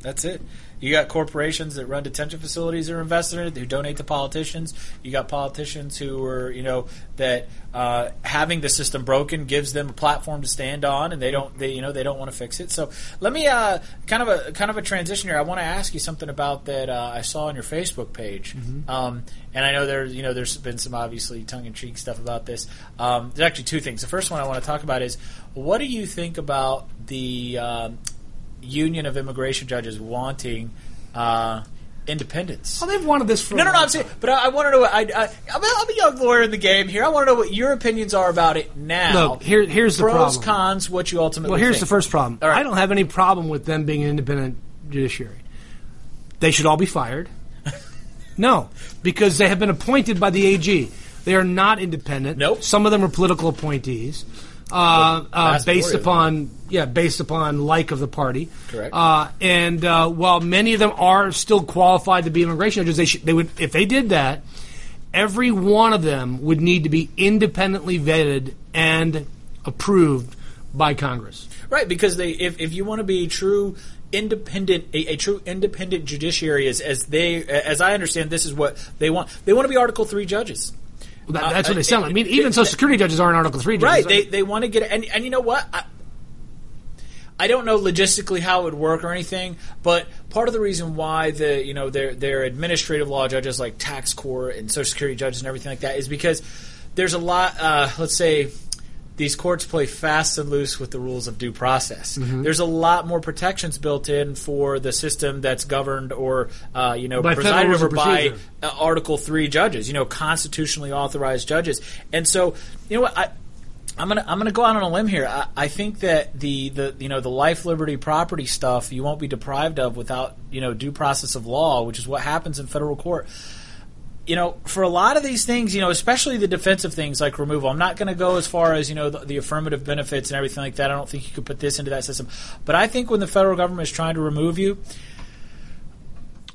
that's it. You got corporations that run detention facilities that are invested in it, who donate to politicians. You got politicians who are, you know, that uh, having the system broken gives them a platform to stand on, and they don't, they, you know, they don't want to fix it. So let me uh, kind of a kind of a transition here. I want to ask you something about that uh, I saw on your Facebook page, um, and I know there, you know, there's been some obviously tongue in cheek stuff about this. Um, there's actually two things. The first one I want to talk about is what do you think about the um, Union of Immigration Judges wanting uh, independence.
Well, they've wanted this for
No,
a
no,
long
no. I'm
time.
saying, but I, I want to know. What, I, I, I'm, a, I'm a young lawyer in the game here. I want to know what your opinions are about it now.
Look, here- here's the
pros,
problem.
cons, what you ultimately.
Well, here's
think.
the first problem.
All right.
I don't have any problem with them being an independent judiciary. They should all be fired. no, because they have been appointed by the AG. They are not independent.
Nope.
Some of them are political appointees, uh, uh, based
vast majority of them.
upon yeah, based upon like of the party.
Correct.
Uh, and uh, while many of them are still qualified to be immigration judges, they should, they would if they did that, every one of them would need to be independently vetted and approved by Congress.
Right, because they if, if you want to be true independent a, a true independent judiciary is as they as I understand this is what they want. They want to be Article 3 judges.
That,
Uh,
that's what
uh,
they sound like. I mean,
it-
even
it-
Social Security judges aren't Article Three judges.
Right. They, they want to get and and you know what? I, I don't know logistically how it would work or anything, but part of the reason why the you know their their administrative law judges like tax court and social security judges and everything like that is because there's a lot. Uh, let's say these courts play fast and loose with the rules of due process.
Mm-hmm.
There's a lot more protections built in for the system that's governed or uh, you know
By federal
presided
rules
over
of
by
procedure.
uh, Article Three judges, you know, constitutionally authorized judges. And so, you know what I. I'm gonna I'm gonna go out on a limb here. I, I think that the, the you know the life, liberty, property stuff you won't be deprived of without you know due process of law, which is what happens in federal court you know, for a lot of these things, you know, especially the defensive things like removal, I'm not going to go as far as, you know, the, the affirmative benefits and everything like that. I don't think you could put this into that system. But I think when the federal government is trying to remove you,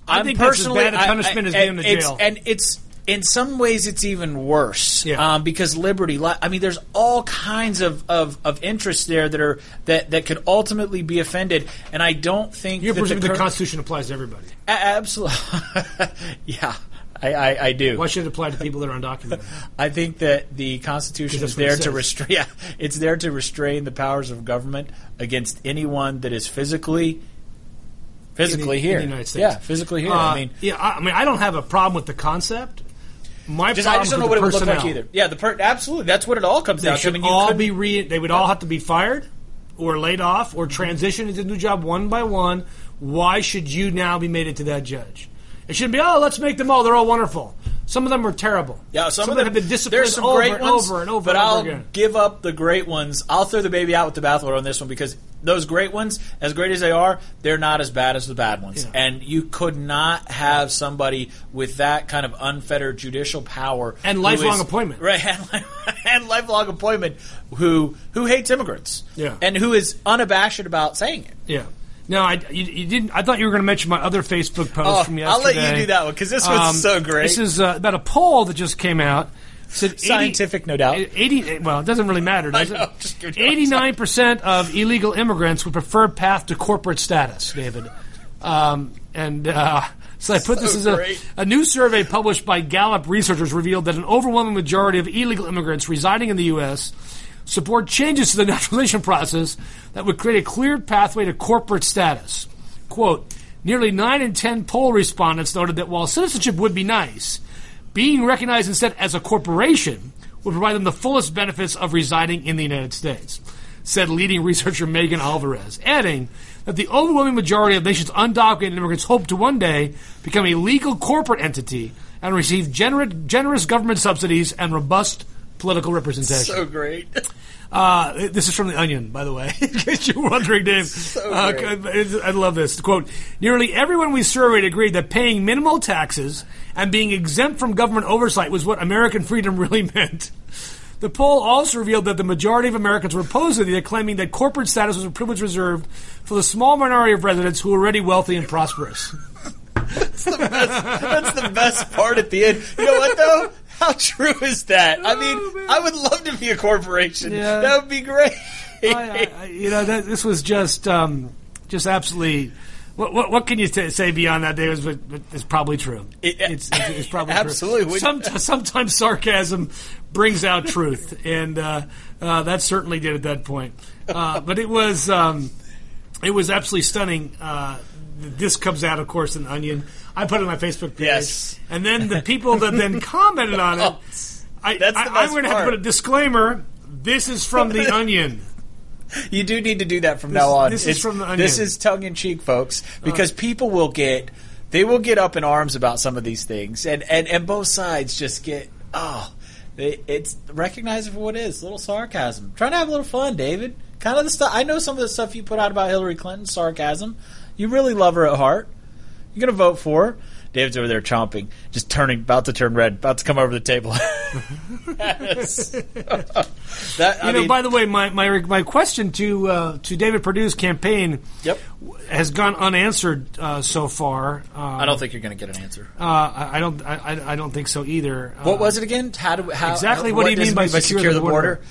I
I'm
think that's as
personally,
bad a
I- I-
punishment as
and
being in
it's-
jail.
And it's. In some ways, it's even worse
Yeah.
um, because liberty. li- I mean, there's all kinds of, of, of interests there that are that, that could ultimately be offended, and I don't think
You're
that
presuming the
cur-
Constitution applies to everybody.
a- absolutely. yeah, I, I, I do.
Why should it apply to people that are undocumented?
I think that the Constitution
'Cause
is
that's what
there
it
to restrain. Yeah, it's there to restrain the powers of government against anyone that is physically, physically
in the,
here
in the United States.
Yeah, physically here.
Uh,
I mean,
yeah, I, I mean, I don't have a problem with the concept. My
just I
problem
just don't know
with
what it
the
would look like
personnel.
either. Yeah, the per- absolutely. That's what it all comes
They
down to. I
should
mean, you
all
couldn't-
be re- They would all have to be fired, or laid off, or transitioned into a new job one by one. Why should you now be made into that judge? It shouldn't be. Oh, let's make them all. They're all wonderful. Some of them are terrible.
Yeah, some, of
them
them
have been disciplined
There's some
over
great
and
ones,
over and over.
but
and over
I'll
again.
give up the great ones. I'll throw the baby out with the bathwater on this one because those great ones, as great as they are, they're not as bad as the bad ones.
Yeah.
And you could not have somebody with that kind of unfettered judicial power
And
who
lifelong
is-
appointment.
right? And, li- and lifelong appointment who who hates immigrants,
Yeah.
and who is unabashed about saying it.
Yeah. No, I you, you didn't. I thought you were going to mention my other Facebook post
Oh,
from
I'll let
yesterday. Um,
you do that one, 'cause this one's so great.
This is uh, about a poll that just came out. It said 80
Scientific, no doubt.
Eighty. Well, it doesn't really matter, does
I know, just
it?
give me a
Eighty-nine percent of illegal immigrants would prefer path to corporate status, David. Um, and uh, so I put this as a,
great.
a new survey published by Gallup researchers revealed that an overwhelming majority of illegal immigrants residing in the U.S. support changes to the naturalization process that would create a clear pathway to corporate status. Quote Nearly 9 in 10 poll respondents noted that while citizenship would be nice, being recognized instead as a corporation would provide them the fullest benefits of residing in the United States, said leading researcher Megan Alvarez, adding that the overwhelming majority of nations undocumented immigrants hope to one day become a legal corporate entity and receive gener- generous government subsidies and robust political representation.
So great.
Uh, this is from The Onion, by the way, in case you're wondering, Dave. Uh, I I love this. Quote Nearly everyone we surveyed agreed that paying minimal taxes and being exempt from government oversight was what American freedom really meant. The poll also revealed that the majority of Americans were opposed to the idea, claiming that corporate status was a privilege reserved for the small minority of residents who were already wealthy and prosperous.
That's the best part at the end. You know what though? How true is that? I mean, I would love to be a corporation.
Yeah. Oh,
That would be great.
I, I- I, you know, that, this was just um, just absolutely. What, what, what can you t- say beyond that, Davis? But but it's probably true.
It-
it's, it's, it's probably
Absolutely.
True. Some, sometimes sarcasm brings out truth, and uh, uh, that certainly did at that point. Uh, but it was um, it was absolutely stunning. Uh, th- this comes out, of course, in Onion. I put it on my Facebook page,
Yes. Oh,
and then the people that then commented on it. I,
That's the
I, I'm
best
going to have to
part.
put a disclaimer. This is from the Onion.
You do need to do that from now on.
this is
It's-
from the Onion.
This is tongue in cheek, folks, because people will get they will get up in arms about some of these things, and and and both sides just get oh, they, it's recognize it for what it is. A little sarcasm. Trying to have a little fun, David. Kind of the stuff I know. Some of the stuff you put out about Hillary Clinton, sarcasm. You really love her at heart. You're gonna vote for her. David's over there chomping, just turning, about to turn red, about to come over the table. Yes. that, I
You know,
mean,
by the way, my, my, my question to uh, to David Perdue's campaign
Yep.
has gone unanswered uh, so far. Uh,
I don't think you're going to get an answer.
uh, I I don't I, I- I don't think so either. Uh,
What was it again? How do how,
Exactly
how-
what do you
uh, does
mean
it
by secure the border?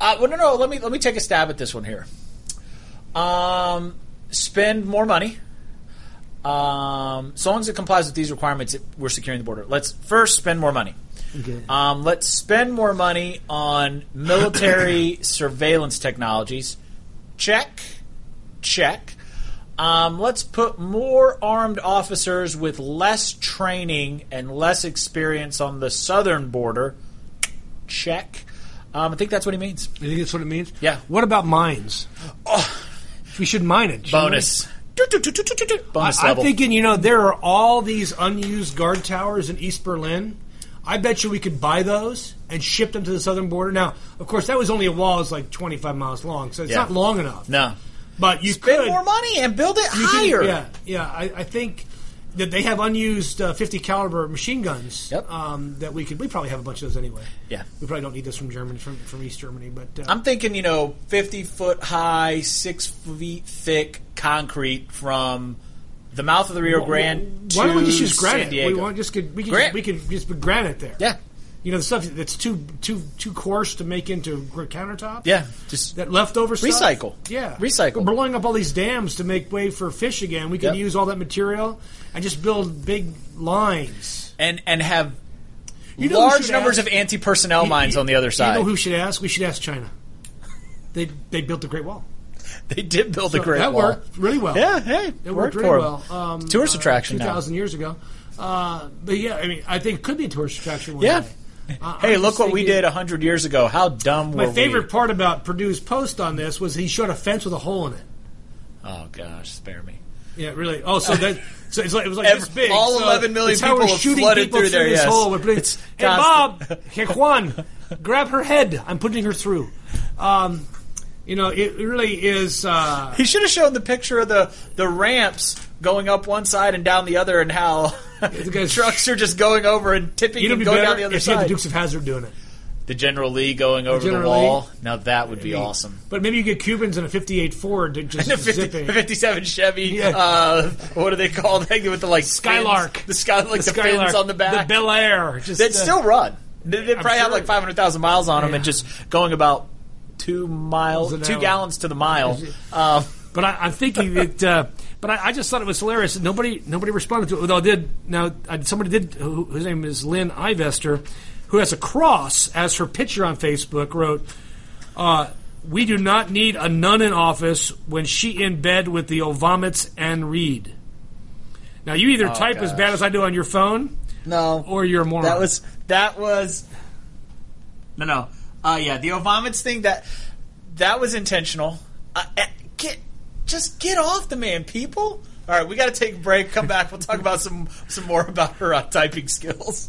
Uh, well, no, no. Let me let me take a stab at this one here. Um, spend more money. Um, so long as it complies with these requirements, it, we're securing the border. Let's first spend more money. Um, let's spend more money on military surveillance technologies. Check, check. Um, let's put more armed officers with less training and less experience on the southern border. Check. Um, I think that's what he means.
You think that's what it means?
Yeah. Oh.
What about mines? We should mine it. shouldn't
Bonus.
we?
Bonus
I, I'm
level.
thinking. You know, there are all these unused guard towers in East Berlin. I bet you we could buy those and ship them to the southern border. Now, of course, that was only a wall that's like 25 miles long, so it's
Yeah.
not long enough.
no.
But you
Spend
could
more money and build it
You can-
higher.
yeah, yeah. I, I think that they have unused uh, 50 caliber machine guns.
Yep.
Um, that we could. We probably have a bunch of those anyway.
Yeah.
We probably don't need this from Germany, from from East Germany, but uh,
I'm thinking, you know, 50 foot high, six feet thick concrete from the mouth of the Rio Grande
why don't we
to
just use
San
granite?
Diego.
We want just could we could
Granite.
we could just put granite there.
yeah,
You know the stuff that's too too too coarse to make into gr- countertops.
yeah, just
That leftover stuff.
Recycle.
Yeah.
Recycle.
We're blowing up all these dams to make way for fish again. We can
Yep.
use all that material and just build big lines.
and and have
know who
large
should
numbers
ask-
of anti personnel
You-
mines
you-
on the other side.
You know who should ask? We should ask China. They they built the Great Wall.
they did build a
So
great
that
wall.
worked really well.
Yeah, hey,
it worked,
for
really
'em.
well. Um,
Tourist attraction
two
now.
thousand years ago. Uh, but yeah, I mean, I think it could be a tourist attraction. One
Yeah.
day. I-
Hey,
I'm
look
just
what we
thinking-
did uh, hundred years ago. How dumb were
My favorite
we?
part about Purdue's post on this was he showed a fence with a hole in it.
Oh gosh, spare me.
Yeah, really. Oh, so that so it's like, it was like
Every-
this big.
all
so
11 million
it's how we're
people have
shooting
flooded
people
through there,
This
yes.
hole. We're putting-
It's
hey, Bob,
constant.
hey Juan, grab her head. I'm putting her through. Um, you know, it really is. Uh,
He should have shown the picture of the the ramps going up one side and down the other, and how
guys-
trucks are just going over and tipping
you'd
and
be
going
better
down the other
if you had
side.
the Dukes of Hazard doing it.
The General Lee going over the,
General
wall. Now that would be awesome.
But maybe you get Cubans in a 58 Ford to just
The
zip
50,
it.
the 57 Chevy,
Yeah.
uh, what do they called? with the like fins-
Skylark.
the sky, like the,
Skylark,
fins on the back.
the Bel Air. Just,
They'd
uh,
still run. They- They'd
I'm
probably have
sure.
like 500,000 miles on them, and
Yeah.
just going about two miles,
an
two
hour.
gallons to the mile. Um,
But I, I'm thinking that. Uh, but I, I just thought it was hilarious. that Nobody, nobody responded to it. Although I did now, I, somebody did. Who, whose name is Lynn Ivester, who has a cross as her picture on Facebook. Wrote, uh, "We do not need a nun in office when she in bed with the Ovamitz and Reed." Now you either type as bad as I do on your phone,
Oh, no,
or you're a moron.
That was that was no no. Uh, yeah, the Ovomits thing that that was intentional. Uh, uh, eh, get Just get off the man, people. All right, we got to take a break. Come back. We'll talk about some some more about her uh, typing skills.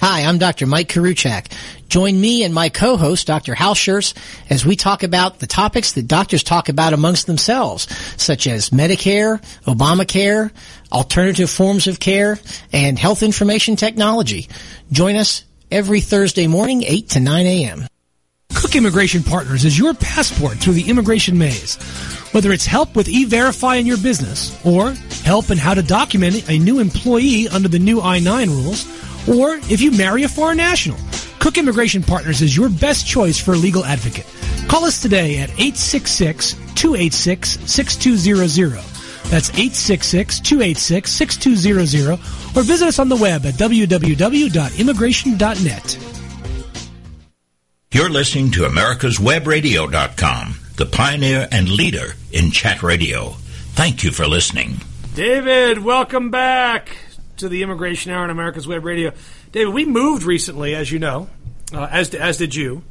Hi, I'm Dr. Mike Karuchak. Join me and my co-host, Dr. Hal Schurz, as we talk about the topics that doctors talk about amongst themselves, such as Medicare, Obamacare, alternative forms of care, and health information technology. Join us every Thursday morning, 8 to 9 a.m.
Cook Immigration Partners is your passport through the immigration maze. Whether it's help with e-verify in your business, or help in how to document a new employee under the new I-9 rules, or if you marry a foreign national, Cook Immigration Partners is your best choice for a legal advocate. Call us today at 866-286-6200. That's 866-286-6200, or visit us on the web at www.immigration.net.
You're listening to America's Webradio.com, the pioneer and leader in chat radio. Thank you for listening.
David, welcome back to the Immigration Hour on America's Web Radio. David, we moved recently, as you know, uh, as as did you,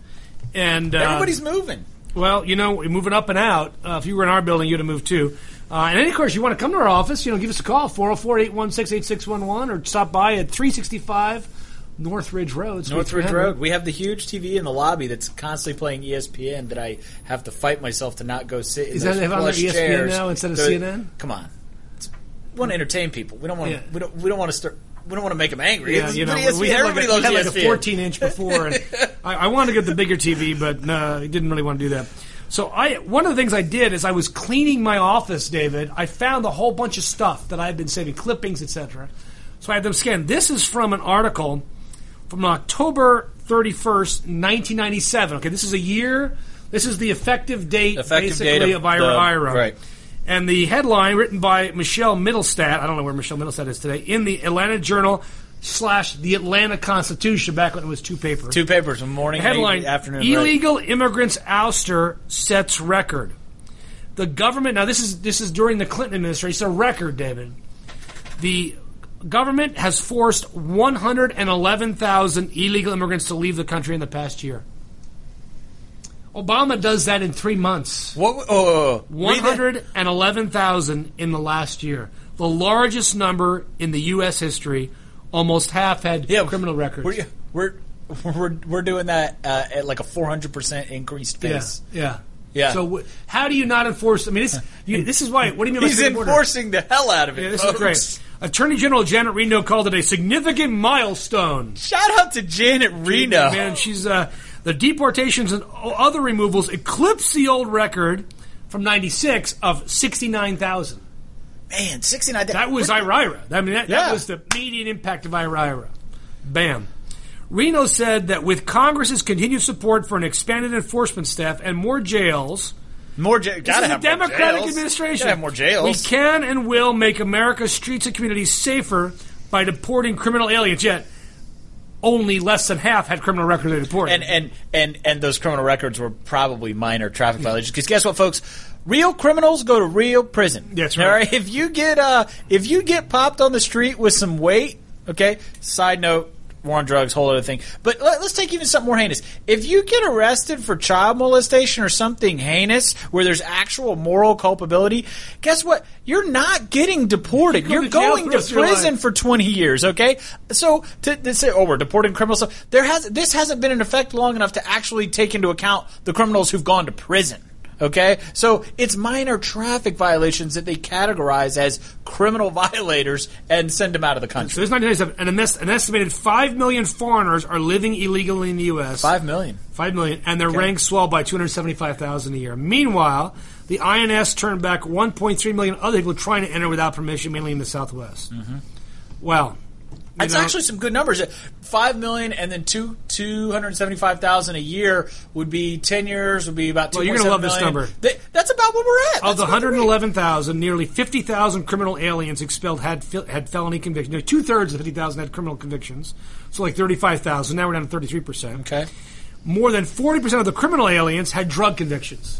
and uh,
Everybody's moving.
Well, you know, we're moving up and out. Uh, if you were in our building, you'd have moved too. Uh, and then, of course, you want to come to our office, you know, give us a call, 404 816 8611, or stop by at 365 Northridge Road. Suite
Northridge
300.
Road. We have the huge TV in the lobby that's constantly playing E ESPN that I have to fight myself to not go sit in
Is that-
those
they have it on
plush
ESPN
chairs.
now instead of
They're-
CNN?
Come on. It's- We want to entertain people. We don't want
Yeah.
to. we don't we don't want to start we don't want to make them angry.
Yeah,
It's- E
you know,
but ESPN
we had like,
everybody
a, we had
loves
like a
ESPN.
14 inch before, and I, I wanted to get the bigger TV, but no, I didn't really want to do that. So I, one of the things I did is I was cleaning my office, David. I found a whole bunch of stuff that I had been saving, clippings, etc. So I had them scanned. This is from an article from October 31st, 1997. Okay, this is a year. This is the effective date,
Effective
basically,
date of
of IRA.
the-
IRA.
right.
And the headline written by Michelle Middlestat, I don't know where Michelle Middlestat is today, in the Atlanta Journal slash the Atlanta Constitution back when it was two papers.
Two papers, a morning,
headline
eight- afternoon. right.
Illegal immigrants ouster sets record. The government now this is this is during the Clinton administration, it's a record, David. The government has forced one hundred and eleven thousand illegal immigrants to leave the country in the past year. Obama does that in three months.
What? Oh, read that.
111,000 in the last year. The largest number in the U.S. history. Almost half had
Yeah,
criminal records.
We're we're we're, we're doing that uh, at like a four hundred percent increased
yeah,
pace.
yeah.
Yeah.
So wh- how do you not enforce? I mean, this you, this is why. What do you mean? by
He's
second order?
enforcing the hell out of it.
Yeah, this
folks.
is great. Attorney General Janet Reno called it a significant milestone.
Shout out to Janet Reno.
Man, she's uh, the deportations and o- other removals eclipse the old record from '96 of 69,000.
Man, sixty nine.
That was IRIRA. I mean, that, that
Yeah.
was the immediate impact of IRIRA. Bam. Reno said that with Congress's continued support for an expanded enforcement staff and more jails,
more. Ja-
this
gotta
is a
have more
Democratic
jails.
administration.
Gotta have more jails.
We can and will make America's streets and communities safer by deporting criminal aliens. Yet, only less than half had criminal records they deported.
and and and and those criminal records were probably minor traffic violations. Because guess what, folks? Real criminals go to real prison.
That's
All
right.
If you get uh, if you get popped on the street with some weight, okay. Side note. War on drugs, whole other thing. But let, us take even something more heinous. If you get arrested for child molestation or something heinous where there's actual moral culpability, guess what? You're not getting
You
deported.
go
You're
to jail for
going to
the rest of your
prison
life.
for 20 years, okay? So to, to say, oh, we're deporting criminals, so there has this hasn't been in effect long enough to actually take into account the criminals who've gone to prison. Okay, so it's minor traffic violations that they categorize as criminal violators and send them out of the
so
country.
this 1997, and an, est- an estimated five million foreigners are living illegally in the U.S.
Five million.
Five million, and their ranks swelled by two hundred seventy-five thousand a year. Meanwhile, the INS turned back
Mm-hmm.
one point three million other people trying to enter without permission, mainly in the Southwest. Well,
It's
know?
actually some good numbers. Five million and then two two hundred seventy five thousand a year would be ten years would be about. 2.
Well, you're gonna love this number.
that's about what we're at.
Of
That's
the
about rate.
111,000, nearly 50,000 criminal aliens expelled had fel- had felony convictions. No, two thirds of the 50,000 had criminal convictions, so like 35,000. Now we're down to 33 percent.
Okay.
More than 40 percent of the criminal aliens had drug convictions,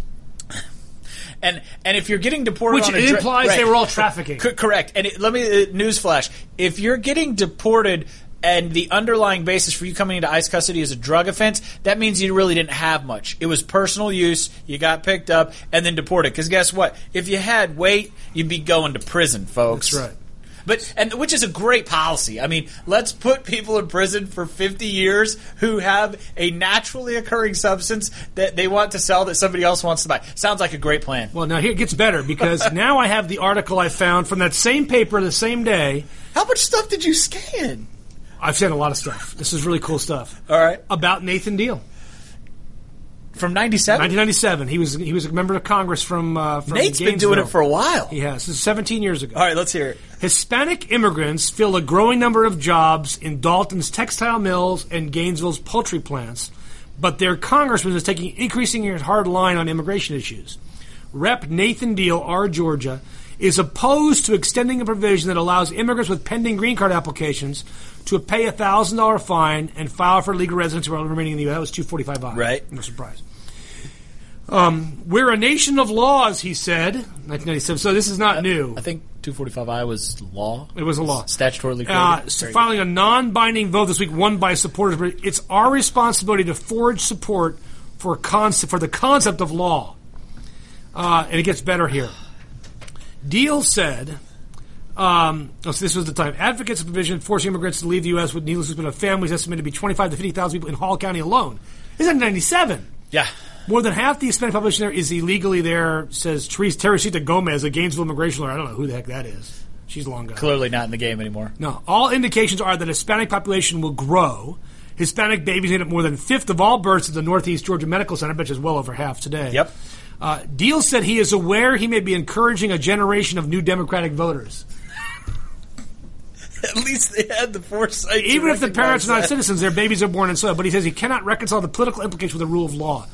And and if you're getting deported,
which
on a dra-
implies they
right.
were all trafficking.
C- correct. And it, let me uh, newsflash: if you're getting deported and the underlying basis for you coming into ICE custody is a drug offense, that means you really didn't have much. It was personal use. You got picked up and then deported. Because guess what? If you had weight, you'd be going to prison, folks.
That's right.
But and which is a great policy. I mean, let's put people in prison for 50 years who have a naturally occurring substance that they want to sell that somebody else wants to buy. Sounds like a great plan.
Well, now here it gets better because now I have the article I found from that same paper the same day.
How much stuff did you scan?
I've seen a lot of stuff. This is really cool stuff
All right.
about Nathan Deal.
From 97?
1997. He was he was a member of Congress from. Uh, from
Nate's been doing it
Gainesville.
for a while.
He has. This is 17 years ago.
All right, let's hear it.
Hispanic immigrants fill a growing number of jobs in Dalton's textile mills and Gainesville's poultry plants, but their congressman is taking increasingly hard line on immigration issues. Rep. Nathan Deal, R. Georgia, is opposed to extending a provision that allows immigrants with pending green card applications to pay a thousand dollar fine and file for legal residency while remaining in the U.S. That was two forty five.
Right.
No surprise. Um, we're a nation of laws, he said, 1997. So this is not new.
I think 245i was law.
It was a law.
Statutorily created.
Uh, so
Very
filing a non-binding vote this week, won by supporters, but it's our responsibility to forge support for concept for the concept of law. Uh, and it gets better here. Deal said, um, oh, so this was the time. Advocates of provision forcing immigrants to leave the U.S. with needless display of families estimated to be 25 to 50,000 people in Hall County alone. This is in 97.
good. Yeah.
More than half the Hispanic population there is illegally there, says Teresa Teresita Gomez, a Gainesville immigration lawyer. I don't know who the heck that is. She's long gone.
Clearly not in the game anymore.
No, all indications are that Hispanic population will grow. Hispanic babies made up more than a fifth of all births at the Northeast Georgia Medical Center, which is well over half today.
Yep.
Uh, Deal said he is aware he may be encouraging a generation of new Democratic voters.
At least they had the foresight. to
Even if the
recognize
parents are not
that.
citizens, their babies are born in soil. But he says he cannot reconcile the political implications with the rule of law.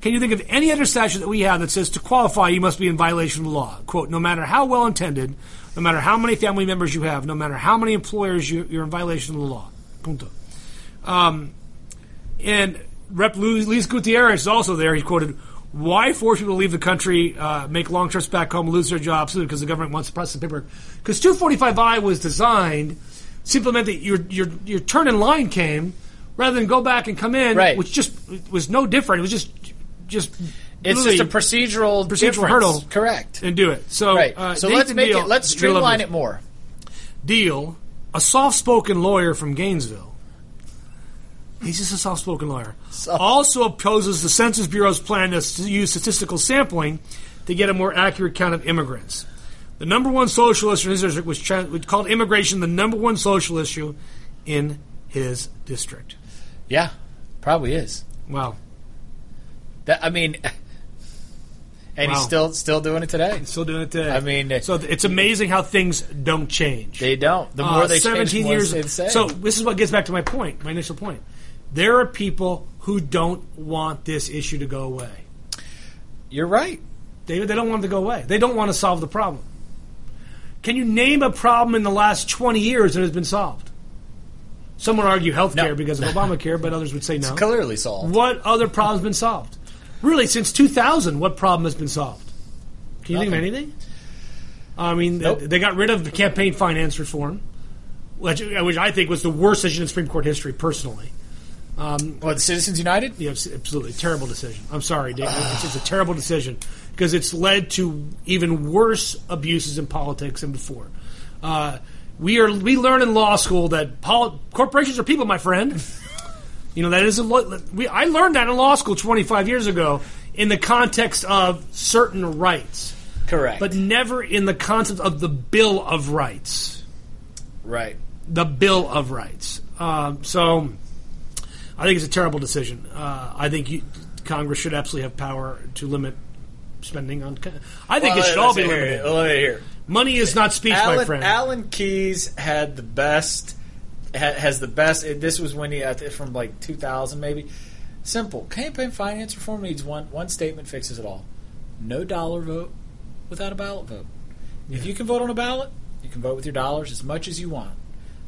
Can you think of any other statute that we have that says to qualify you must be in violation of the law? Quote, no matter how well intended, no matter how many family members you have, no matter how many employers you, you're in violation of the law. Punto. Um, and Rep. Lu- Luis Gutierrez is also there. He quoted, "Why force people to leave the country, uh, make long trips back home, lose their jobs simply because the government wants to press the paperwork?" Because 245i was designed simply meant that your your your turn in line came rather than go back and come in,
Right.
which just was no different. It was just just
It's
really-
just a procedural
procedural
difference.
hurdle.
Correct.
and do it. So
right.
uh,
so let's
Nathan
make
Deal-
it. Let's
Deal of
streamline
this-
it more.
Deal, a soft-spoken lawyer from Gainesville. He's just a soft-spoken lawyer. Also opposes the Census Bureau's plan to s- use statistical sampling to get a more accurate count of immigrants. The number one social issue in his district was, tra- was called immigration the number one social issue in his district.
Yeah. Probably is.
Wow.
That I mean. And he's
Wow.
still still doing it today.
Still doing it today.
I mean, uh,
so th- it's amazing how things don't change.
They don't. The more
Uh,
they change, the more
years.
they say.
So this is what gets back to my point, my initial point. There are people who don't want this issue to go away.
you're right.
David, they don't want it to go away. They don't want to solve the problem. Can you name a problem in the last 20 years that has been solved? Some would argue healthcare
No.
because of Obamacare, but others would say no.
Clearly solved.
What other problem's been solved? Really, since 2000, what problem has been solved? Can you think of
Nothing.
anything? I mean,
Nope.
they, they got rid of the campaign finance reform, which, which I think was the worst decision in Supreme Court history, personally.
Well, the Citizens United.
Yeah, it's absolutely terrible decision. I'm sorry, Dave. It's, it's a terrible decision because it's led to even worse abuses in politics than before. Uh, we are we learn in law school that pol- corporations are people, my friend. You know that is a lo- we, I learned that in law school 25 years ago in the context of certain rights,
Correct.
but never in the concept of the Bill of Rights
right.
the Bill of Rights. Um, so I think it's a terrible decision. Uh, I think you, Congress should absolutely have power to limit spending on. co- I think it should all be limited.
Let me hear.
Money is not speech, my
Alan,
friend.
Alan Keyes had the best ha, has the best. It, this was when he I think from like 2000 maybe. Simple campaign finance reform needs one one statement fixes it all. No dollar vote without a ballot vote. If you can vote on a ballot, you can vote with your dollars as much as you want.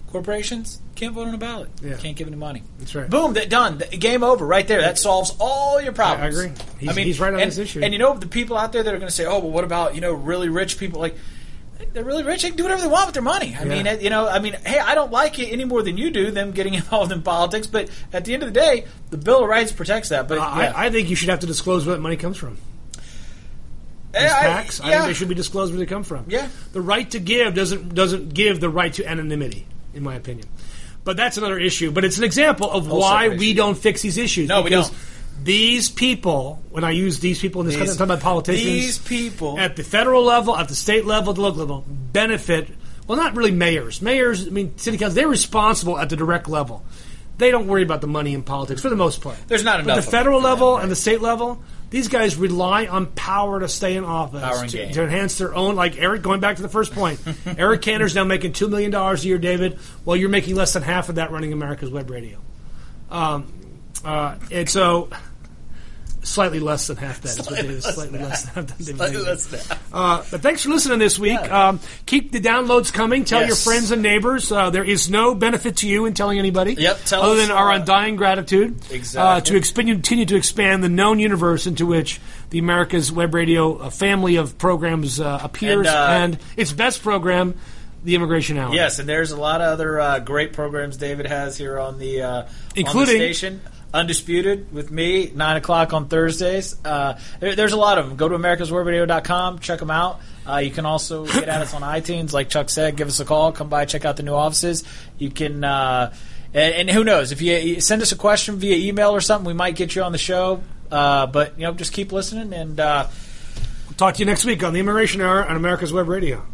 Corporations can't vote on a ballot.
Yeah.
Can't give any money. That's
right.
Boom. That done. Th- game over. Right there. That solves all your problems.
I agree. He's- he's right on
and,
this issue.
And you know the people out there that are going to say, "Oh, well, what about you know really rich people like?" they're really rich. They can do whatever they want with their money. I
Yeah.
mean, it- you know, I mean, hey, I don't like it any more than you do them getting involved in politics. But at the end of the day, the Bill of Rights protects that. But
I,
yeah.
Uh, I think you should have to disclose where that money comes from.
Eh,
These
I-
packs, I,
yeah.
think they should be disclosed where they come from.
Yeah.
the right to give doesn't doesn't give the right to anonymity, in my opinion. But that's another issue. But it's an example of why
separate
we
issue.
don't fix these issues.
No, we
because
don't.
These people, when I use these people in this
These-
country, I'm talking about politicians.
these people.
at the federal level, at the state level, the local level, benefit. Well, not really mayors. Mayors, I mean, city council. They're responsible at the direct level. They don't worry about the money in politics for the most part.
There's not
But
enough
the
of them
federal
for them,
level
right.
and the state level, these guys rely on power to stay in office
Power and
to,
gain.
to enhance their own. Like Eric, going back to the first point, Eric Cantor's now making two million dollars a year, David. While you're making less than half of that running America's Web Radio. Um, uh, and so, slightly less than half that is what David. Slightly less than half that. David
Like,
David.
let's-
Uh, but thanks for listening this week. Um, keep the downloads coming. Tell
Yes.
your friends and neighbors. Uh, there is no benefit to you in telling anybody.
Yep, tell
other
us,
than our
uh,
undying gratitude. Uh,
Exactly.
to expand, continue to expand the known universe into which the America's Web Radio uh, family of programs uh, appears,
And, uh,
and its best program, the Immigration Hour.
Yes, and there's a lot of other uh, great programs David has here on the uh, on the
Including-
station. Undisputed with me, nine o'clock on Thursdays. Uh, there, there's a lot of them. Go to americaswarradio.com, check them out. Uh, you can also get at us on iTunes, like Chuck said. Give us a call, come by, check out the new offices. You can, uh, and, and who knows if you, you send us a question via email or something, we might get you on the show. Uh, but you know, just keep listening and. Uh,
Talk to you next week on the Immigration Hour on America's Web Radio.